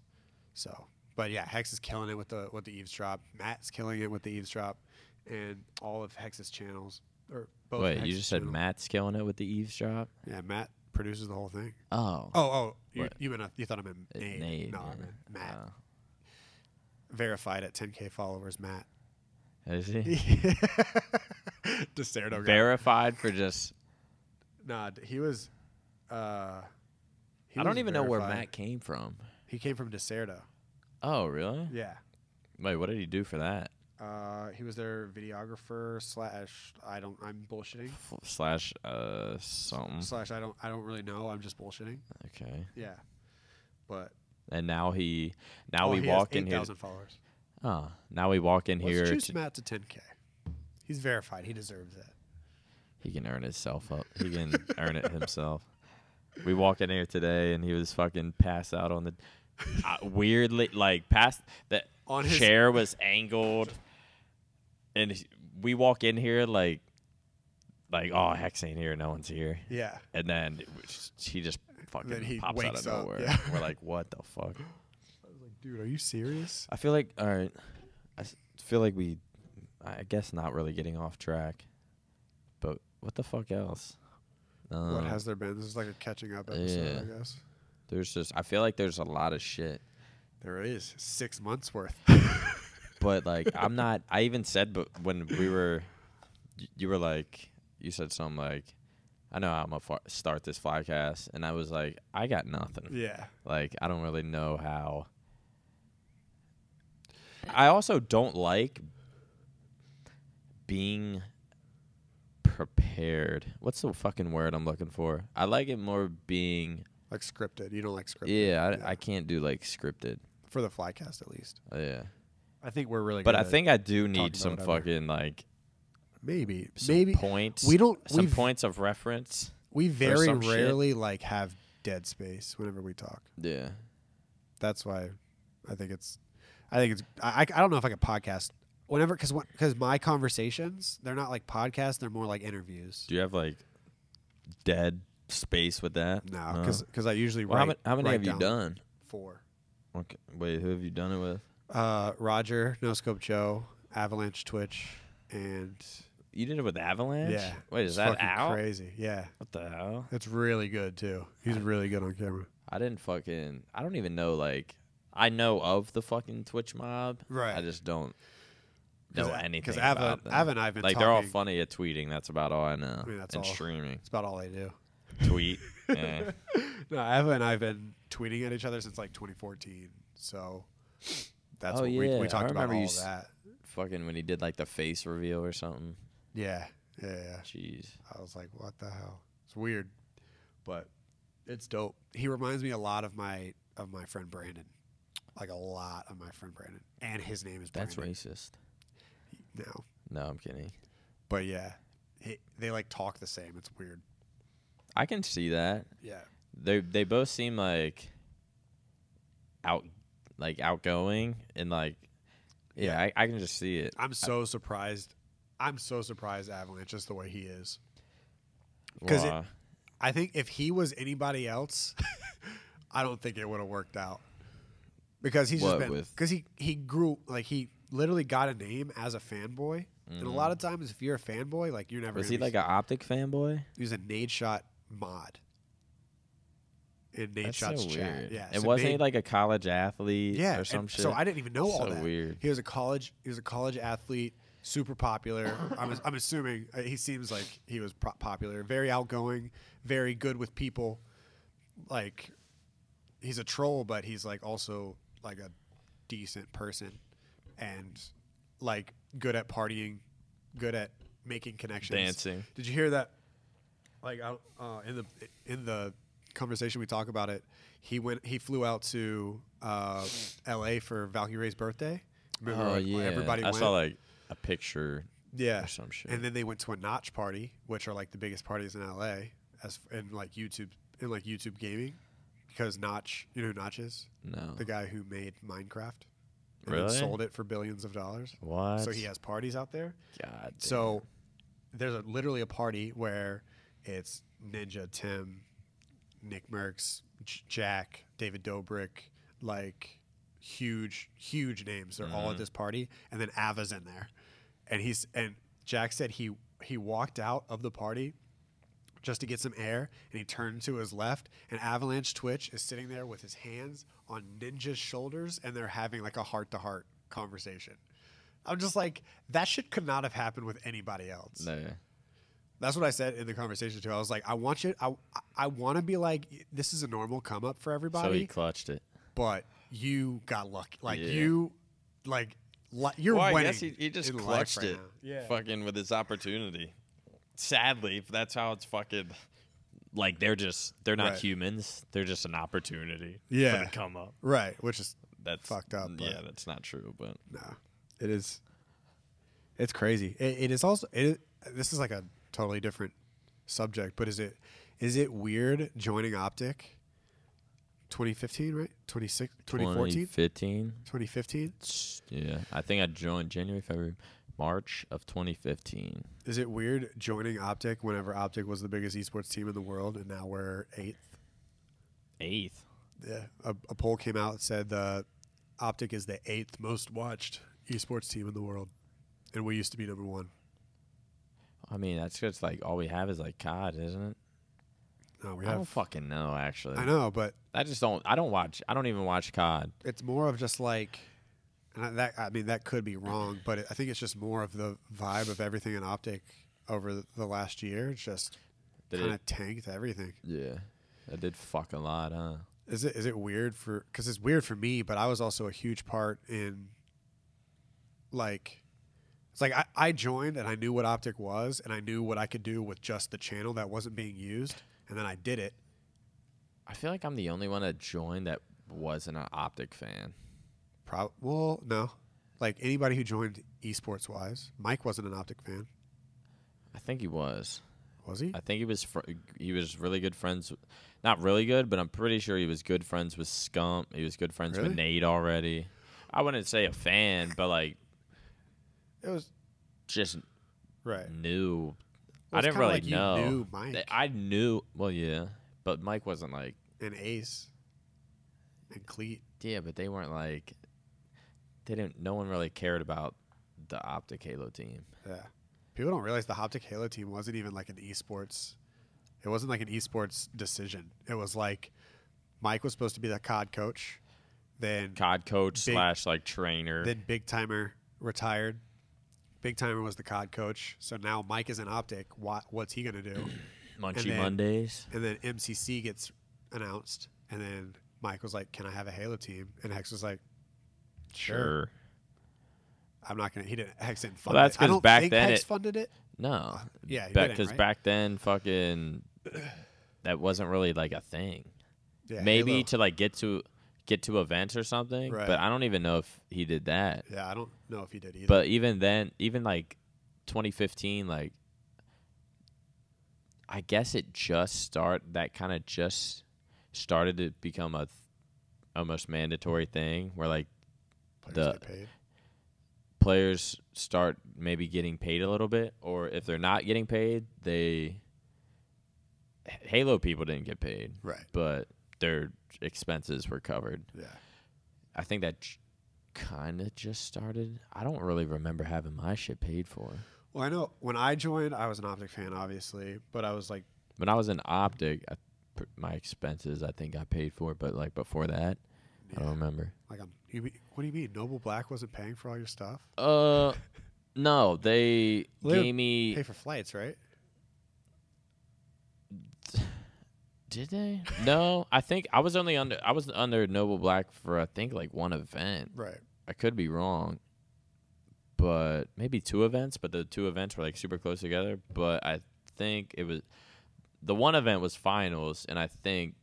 So, but yeah, Hex is killing it with the with the eavesdrop. Matt's killing it with the eavesdrop, and all of Hex's channels or <laughs> both. of wait. You Hex's just said channels. Matt's killing it with the eavesdrop. Yeah, Matt produces the whole thing. Oh, Oh, oh, you, What? you meant you thought I meant Uh, Nate? Nate, no, I yeah. meant Matt. Oh. verified at 10k followers, Matt. <laughs> <laughs> is he Deserto got verified for just? nah. d- He was. Uh, he I don't was even know where verified. Matt came from. He came from Deserto. Oh, really? Yeah. Wait, what did he do for that? Uh, he was their videographer slash I don't I'm bullshitting F- Slash uh something. slash I don't I don't really know I'm just bullshitting. Okay. Yeah. But And now he, now oh, we he walk has in here. 8,000 followers. Oh, now we walk in Let's here. juice to- Matt to 10k. He's verified. He deserves it. He can earn himself up. He can earn it himself. We walk in here today, and he was fucking pass out on the uh, weirdly like pass the On his- chair was angled, and he- we walk in here like like oh Hex ain't here, no one's here, Yeah. and then it was- he just fucking Then he pops out wakes of up, nowhere. yeah. We're like, what the fuck? Dude, are you serious? I feel like all right. I s- feel like we, I guess, not really getting off track, but what the fuck else? what Um, has there been? This is like a catching up episode, yeah. I guess. There's just I feel like there's a lot of shit, There is six months <laughs> worth. but like <laughs> I'm not. I even said, but when we were, y- you were like, you said something like, I know I'm gonna fa- start this flycast, and I was like, I got nothing. yeah. Like I don't really know how. I also don't like being prepared. What's the fucking word I'm looking for? I like it more being. like scripted. You don't like scripted Yeah, I, I can't do like scripted. uh, for the flycast at least. Yeah, I think we're really. but good I at think I do talking uh, about need some whatever. fucking like maybe some maybe points. we don't- some we've- points of reference. we very some shit. rarely like have dead space whenever we talk. Yeah, That's why I think it's. I think it's. I, I I don't know if I could podcast whenever because because my conversations they're not like podcasts. They're more like interviews. do you have like dead space with that? No, because I usually uh-huh. Well, write. how many, how many write have you down done? Four. Okay, wait, who have you done it with? Uh, Roger, No Scope Joe, Avalanche Twitch, and You did it with Avalanche. yeah. Wait, is It's that fucking out? Crazy. Yeah, What the hell? it's really good too. He's really good on camera. I didn't fucking. I don't even know. Like, I know of the fucking Twitch mob. Right. I just don't know anything. Because Because Ava, Ava and I've been like talking. they're all funny at tweeting. That's about all I know. I mean, that's and all. streaming, It's about all they do. <laughs> tweet. eh. No, Ava and I've been tweeting at each other since like 2014. So that's what Oh, we, yeah, we I talked about remember you all s- that. Fucking when he did like the face reveal or something. Yeah, yeah, yeah. Jeez. I was like, what the hell? It's weird, but it's dope. He reminds me a lot of my of my friend Brandon, like a lot of my friend Brandon, and his name is That's Brandon racist. now. No, I'm kidding. But yeah, he, they like talk the same. It's weird. I can see that. Yeah, They they both seem like out like outgoing and like yeah, I, I can just see it. I'm so surprised. I'm so surprised Avalanche is the way he is. 'Cause it- Wow. I think if he was anybody else, <laughs> I don't think it would have worked out. Because he's just What, been with- because he he grew like he literally got a name as a fanboy, and a lot of times if you're a fanboy, like you're never. Mm. was gonna he be- like an optic fanboy? he was a Nade Shot mod. In Nade That's Shot's so chat, weird. yeah. and so wasn't he Nade- like a college athlete yeah or some and shit? So I didn't even know all So that. weird. He was a college he was a college athlete, super popular. <laughs> I'm I'm assuming uh, he seems like he was pro- popular, very outgoing, very good with people. Like he's a troll, but he's like also like a decent person and like good at partying, good at making connections. Dancing. Did you hear that? Like I, uh, in the in the conversation we talk about it, he went he flew out to uh, L.A. for Valkyrie's birthday. Remember, oh like, yeah, everybody I went. saw like a picture yeah, or some shit. and then they went to a Notch party, which are like the biggest parties in L.A. as in like YouTube in like YouTube gaming, because Notch, you know who Notch is, no, the guy who made Minecraft. And Really? then sold it for billions of dollars. what? So he has parties out there. God, So there's a, literally a party where it's Ninja, Tim, Nick Merckx, J- Jack, David Dobrik, like huge, huge names. They're all at this party, and then Ava's in there, and he's and Jack said he he walked out of the party just to get some air, and he turned to his left, and Avalanche Twitch is sitting there with his hands on Ninja's shoulders, and they're having like a heart to heart conversation. I'm just like, that shit could not have happened with anybody else. no. That's what I said in the conversation too. I was like, I want you, I, I want to be like, this is a normal come up for So he everybody, clutched it. but you got lucky. Like Yeah. you, like li- you're Well, I winning. guess he, he just in life clutched right it. now. Yeah. Fucking with his opportunity. Sadly, if that's how it's fucking. Like they're just they're not Right. humans. They're just an opportunity. Yeah. for the come up. Right, which is That's Fucked up, but- Yeah, that's not true. But no, it is. It's crazy. It, it is also. It is, this is like a totally different subject, but is it is it weird joining Optic? 2015, right? 26, 2014, 2015. 2015. Yeah, I think I joined January, February, March of 2015. Is it weird joining Optic whenever Optic was the biggest esports team in the world and now we're eighth? Eighth. Yeah. A, a poll came out that said the Optic is the eighth most watched esports team in the world, and we used to be number one. I mean, that's just like all we have is like COD, isn't it? No, we I don't have. fucking know actually. I know, but I just don't. I don't watch. I don't even watch COD. it's more of just like, and I, that I mean that could be wrong, but it, I think it's just more of the vibe of everything in Optic over the, the last year. It's just Did kind it- of tanked everything. Yeah, that did fuck a lot, huh? Is it is it weird for because it's weird for me, but I was also a huge part in like it's like I, I joined and I knew what Optic was and I knew what I could do with just the channel that wasn't being used and then I did it. I feel like I'm the only one that joined that wasn't an optic fan. Prob well, no. Like anybody who joined esports wise, Mike wasn't an Optic fan, I think he was. was he? I think he was. Fr- he was really good friends, not really good, but I'm pretty sure he was good friends with Scump. He was good friends Really? with Nate already. I wouldn't say a fan, but like It was just right. knew. Well, I it's didn't kinda really like you know. knew Mike. Th- I knew. Well, yeah, but Mike wasn't like. And Ace and Cleat. Yeah, but they weren't like. They didn't. No one really cared about the optic Halo team. Yeah. People don't realize the Optic Halo team wasn't even like an esports. It wasn't like an esports decision. It was like Mike was supposed to be the COD coach, then COD coach Big- slash like trainer. then Big Timer retired. Big Timer was the COD coach, so now Mike is an Optic. What, what's he gonna <clears throat> do? Munchie then- Mondays. and then MCC gets announced, and then Mike was like, "Can I have a Halo team?" And Hex was like, Sure. "I'm not gonna." He didn't. Hex didn't fund Well, that's it. I 'cause don't back think then Hex it- funded it. No. Yeah, he didn't, Because right? back then, fucking, that wasn't really like a thing. Yeah, Maybe Halo. to like get to get to events or something. Right. But I don't even know if he did that. yeah, I don't know if he did either. But even then, even like 2015, like I guess it just start that kind of just started to become a th- almost mandatory thing where like Players the- get paid. players start maybe getting paid a little bit, or if they're not getting paid, they H- Halo people didn't get paid, right. but their expenses were covered. Yeah, I think that kind of just started. I don't really remember having my shit paid for. Well, I know when I joined, I was an Optic fan, obviously, but I was like, When I was in Optic, I, pr- my expenses I think I paid for, but like before that, I Yeah. don't remember. like I'm. You, mean- what do you mean? Noble Black wasn't paying for all your stuff. Uh, no, they Well, they would gave me. Pay for flights, right? Did they? No, I think I was only under I was under Noble Black for I think like one event. Right. I could be wrong, but maybe two events. But the two events were like super close together. But I think it was the one event was finals, and I think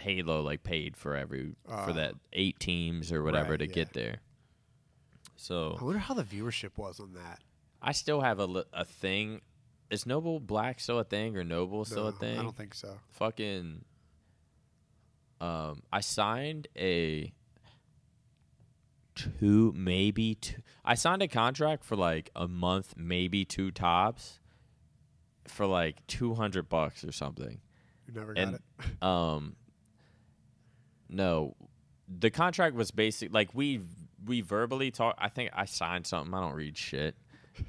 Halo like paid for every Ah. for that eight teams or whatever Right, to yeah. get there. So I wonder how the viewership was on that. I still have a li- a thing. Is Noble Black still a thing or Noble still a No, thing? I don't think so. fucking um I signed a two maybe two I signed a contract for like a month, maybe two tops for like 200 bucks or something. You never got And- it. Um no, the contract was basic like we we verbally talked I think I signed something. I don't read shit.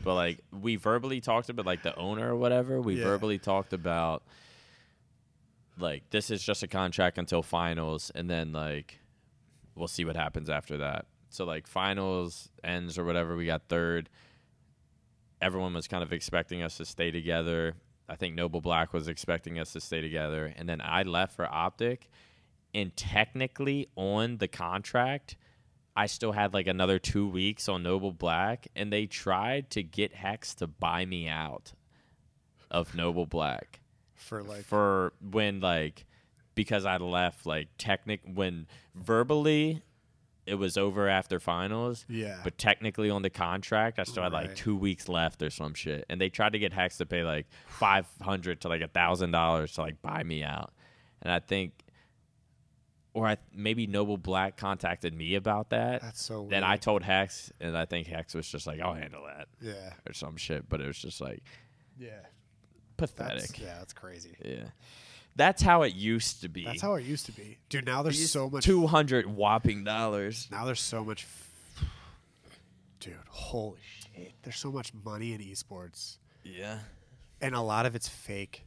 But like we verbally talked about like the owner or whatever. We Yeah. verbally talked about like this is just a contract until finals and then like we'll see what happens after that. So like finals ends or whatever, we got third. Everyone was kind of expecting us to stay together. I think Noble Black was expecting us to stay together and then I left for Optic and technically on the contract I still had like another two weeks on Noble Black, and they tried to get Hex to buy me out of Noble Black for like for when like because I left like technic when verbally it was over after finals, yeah but technically on the contract I still had like Right. two weeks left or some shit, and they tried to get Hex to pay like five hundred to like a thousand dollars to like buy me out, and I think. Or I, maybe Noble Black contacted me about that. that's so weird. Then I told Hex, and I think Hex was just like, "I'll handle that" yeah or some shit. But it was just like yeah pathetic. that's yeah that's crazy yeah, that's how it used to be. that's how it used to be dude now there's so much two hundred whopping dollars. now there's so much f- dude holy shit there's so much money in esports Yeah, and a lot of it's fake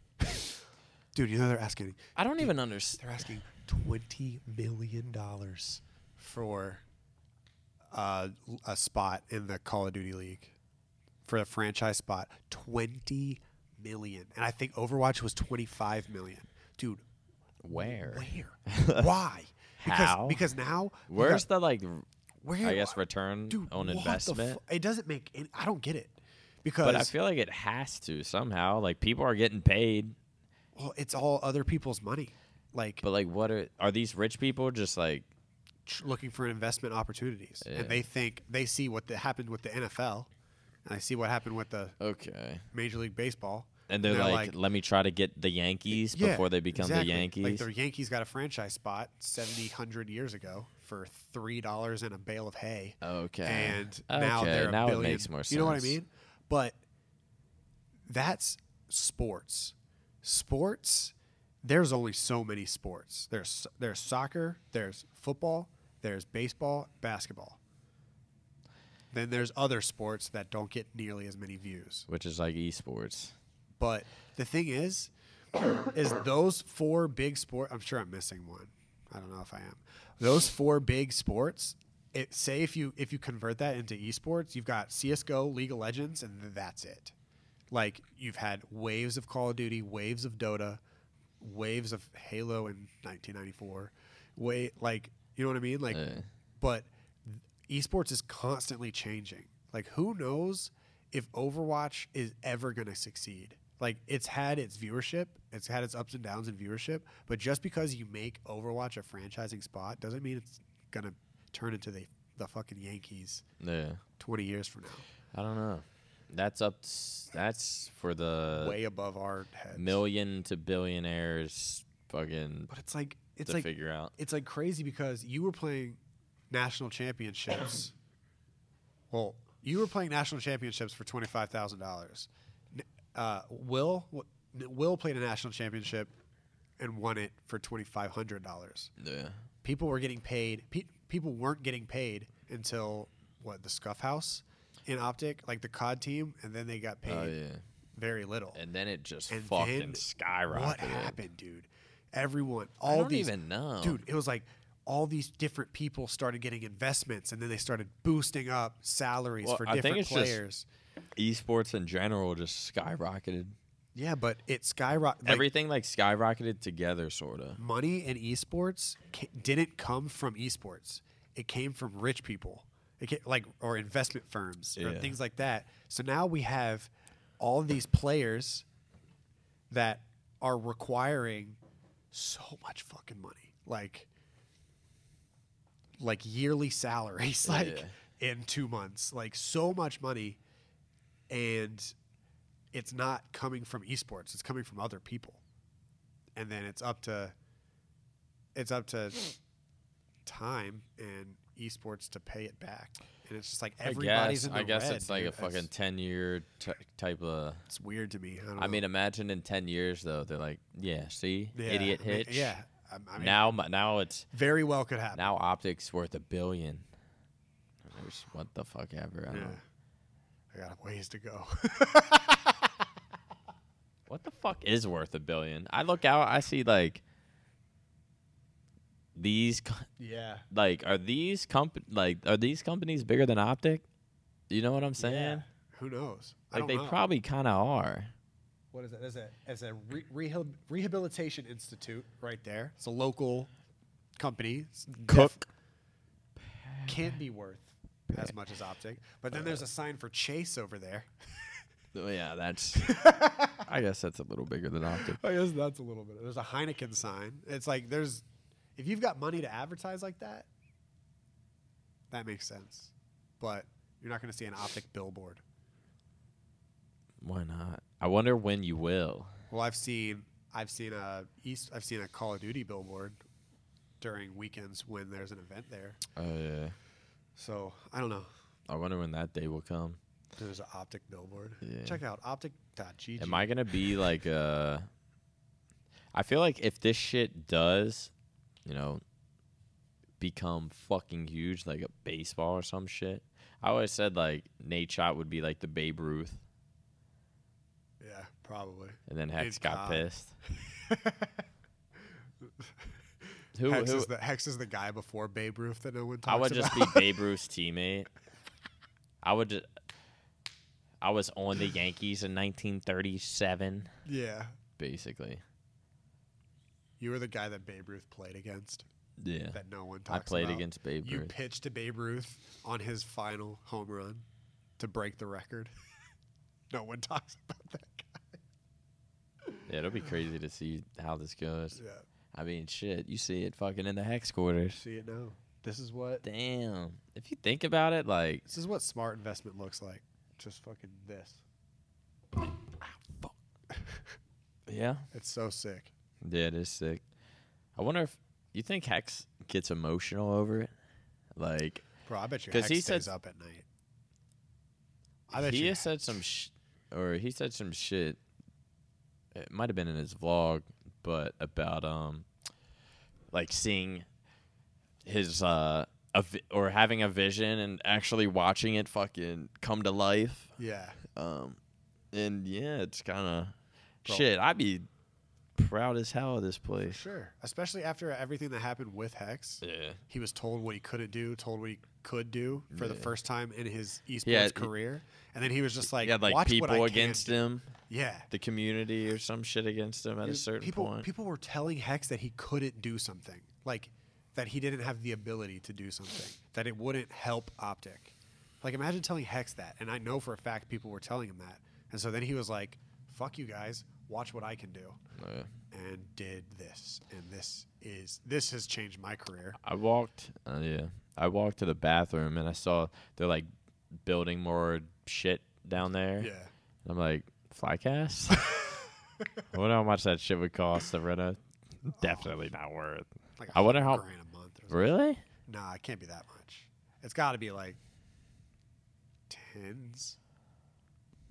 dude you know they're asking I don't even understand. they're asking 20 million dollars for uh, l- a spot in the Call of Duty league for a franchise spot 20 million and I think Overwatch was 25 million dude Where? <laughs> where why because How? because now you Where's got- the like? r- Where I guess return dude, on what the investment. fu- it doesn't make. Any, I don't get it because but I feel like it has to somehow. Like people are getting paid, well, it's all other people's money. Like but like what are are these rich people just like tr- looking for investment opportunities, and they think they see what the, happened with the NFL, and they see what happened with the okay? Major League Baseball, And they're, like, let me try to get the Yankees Yeah, before they become exactly. the Yankees. Like the Yankees got a franchise spot 70, 100 years ago for three dollars and a bale of hay. Okay. And now Okay, they're a now it billion. makes more You know what I sense. mean? But that's sports. Sports. There's only so many sports. There's there's soccer. There's football. There's baseball, basketball. Then there's other sports that don't get nearly as many views. which is like esports. But the thing is, is those four big sport. I'm sure I'm missing one. I don't know if I am. Those four big sports. It, say if you if you convert that into esports, you've got CS:GO, League of Legends, and that's it. Like you've had waves of Call of Duty, waves of Dota, waves of Halo in 1994. Way like you know what I mean? Like, but esports is constantly changing. Like, who knows if Overwatch is ever going to succeed? Like, it's had its viewership, it's had its ups and downs in viewership, but just because you make Overwatch a franchising spot doesn't mean it's going to turn into the, the fucking Yankees Yeah. 20 years from now. I don't know. That's up. that's for the way above our heads. million to billionaires. Fucking but it's like, it's to like, figure out. it's like crazy because you were playing national <coughs> championships. well, you were playing national championships for twenty five thousand dollars. Uh, Will w- Will played a national championship and won it for twenty five hundred dollars. Yeah. People were getting paid. Pe- people weren't getting paid until what the Scuff House in Optic, like the COD team, and then they got paid Oh yeah. very little. And then it just And fucking then skyrocketed. What happened, dude? Everyone, all don't these, even know. dude. It was like all these different people started getting investments, and then they started boosting up salaries Well, for I think different it's just- players. Esports in general just skyrocketed. yeah, but it skyrocketed. Like, Everything like skyrocketed together, sorta. money in esports ca- didn't come from esports. It came from rich people, it ca- like or investment firms or Yeah. things like that. So now we have all these players that are requiring so much fucking money, like like yearly salaries, <laughs> like in two months, like so much money, and it's not coming from esports. It's coming from other people and then it's up to it's up to time and esports to pay it back. And it's just like everybody's I guess, in the I guess red, it's like dude. a fucking It's, ten year t- type of. it's weird to me. I, don't I know. mean, imagine in ten years though, they're like, yeah, see, Yeah, idiot I mean, hitch. Yeah, I, I mean, now, my- now it's very well could happen. now optics worth a billion. There's what the fuck ever. I yeah. don't, I got a ways to go. <laughs> what the fuck is worth a billion? I look out, I see like these co- yeah. like are these comp like are these companies bigger than Optic? You know what I'm saying? Who knows? I Like don't they know. probably kind of are. what is that? There's a as a re- rehabil- rehabilitation institute right there. It's a local company. It's Cook. def- can't be worth as much as Optic. But then there's a sign for Chase over there. Oh, Yeah, that's. I guess that's a little bigger than Optic. <laughs> I guess that's a little bit. There's a Heineken sign. It's like there's, if you've got money to advertise like that, that makes sense. But you're not going to see an optic billboard. Why not? I wonder when you will. Well, I've seen, I've seen a East, I've seen a Call of Duty billboard during weekends when there's an event there. Oh yeah. So I don't know. I wonder when that day will come. There's an optic billboard. Yeah. Check out optic.gg. Am I gonna be like uh I feel like if this shit does, you know, become fucking huge, like a baseball or some shit. I always said like Nate Shot would be like the Babe Ruth, Yeah, probably. and then Hex Nate got Cobb. <laughs> pissed. who Hex, who is the, Hex is the guy before Babe Ruth that no one talks I would about. <laughs> just be Babe Ruth's teammate. I would just, I was on the Yankees in 1937, yeah. basically. You were the guy that Babe Ruth played against. Yeah. that no one I talks played about. against Babe You Ruth. pitched to Babe Ruth on his final home run to break the record. <laughs> no one talks about that guy. yeah, it'll be crazy to see how this goes. Yeah. I mean, shit, you see it fucking in the hex quarters. See it now. This is what Damn. If you think about it, like this is what smart investment looks like. Just fucking this. yeah, It's so sick. yeah, it is sick. I wonder if you think Hex gets emotional over it. Like Bro, I bet you 'Cause Hex he stays said- up at night. I bet he you has said some, sh- or he said some shit. It might have been in his vlog, but about um, like seeing his uh, a vi- or having a vision and actually watching it fucking come to life. Yeah. Um, and yeah, it's kind of Bro. shit. I'd be proud as hell of this For place. sure. Especially after everything that happened with Hex. Yeah. He was told what he couldn't do, told what he could do for the first time in his esports Yeah, he- career. And then he was just like, He had like Watch what people I against can do." him, Yeah. the community or some shit against him at a Dude, certain people, point. People were telling Hex that he couldn't do something, like that he didn't have the ability to do something, that it wouldn't help Optic. Like, imagine telling Hex that. And I know for a fact people were telling him that. And so then he was like, fuck you guys, watch what I can do. Yeah. And did this. And this is, this has changed my career. I walked. Uh, yeah, I walked to the bathroom and I saw they're like building more shit down there. Yeah. And I'm like, flycast. <laughs> I wonder how much that shit would cost to rent a. Definitely not worth. Like I wonder how- grand a month. Or something. Really? Nah, it can't be that much. It's got to be like tens,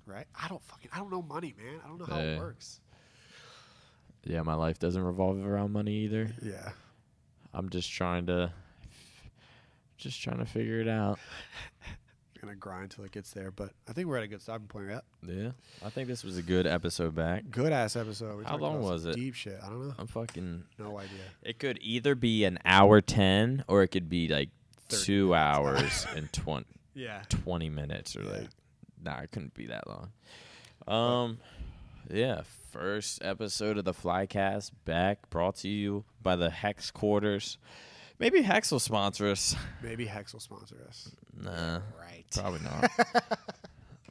right? I don't fucking. I don't know money, man. I don't know how Yeah. it works. Yeah, my life doesn't revolve around money either. Yeah. I'm just trying to, just trying to figure it out. Gonna grind till it gets there, but I think we're at a good stopping point. Right? Yeah, I think this was a good episode back. Good ass episode. We How talked long about some was it? Deep shit. I don't know. I'm fucking. No idea. It could either be an hour ten or it could be like 30 two <laughs> hours and twenty. Yeah. 20 minutes or Yeah. like nah it couldn't be that long um yeah first episode of the flycast back brought to you by the hex quarters maybe hex will sponsor us Maybe Hex will sponsor us. nah Right. probably not <laughs>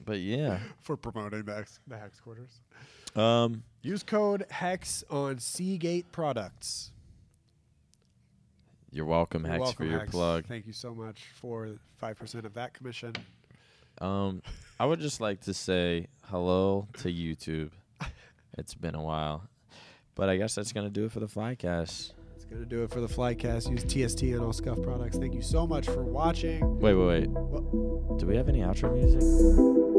but yeah For promoting the Hex, the Hex quarters. um Use code Hex on Seagate Products. you're welcome You're hex welcome, for your Hex. plug Thank you so much for five percent of that commission. um i would just like to say hello to youtube it's been a while but i guess that's gonna do it for the flycast That's gonna do it for the Flycast. Use TST and all scuff products. Thank you so much for watching. wait wait wait Well- do we have any outro music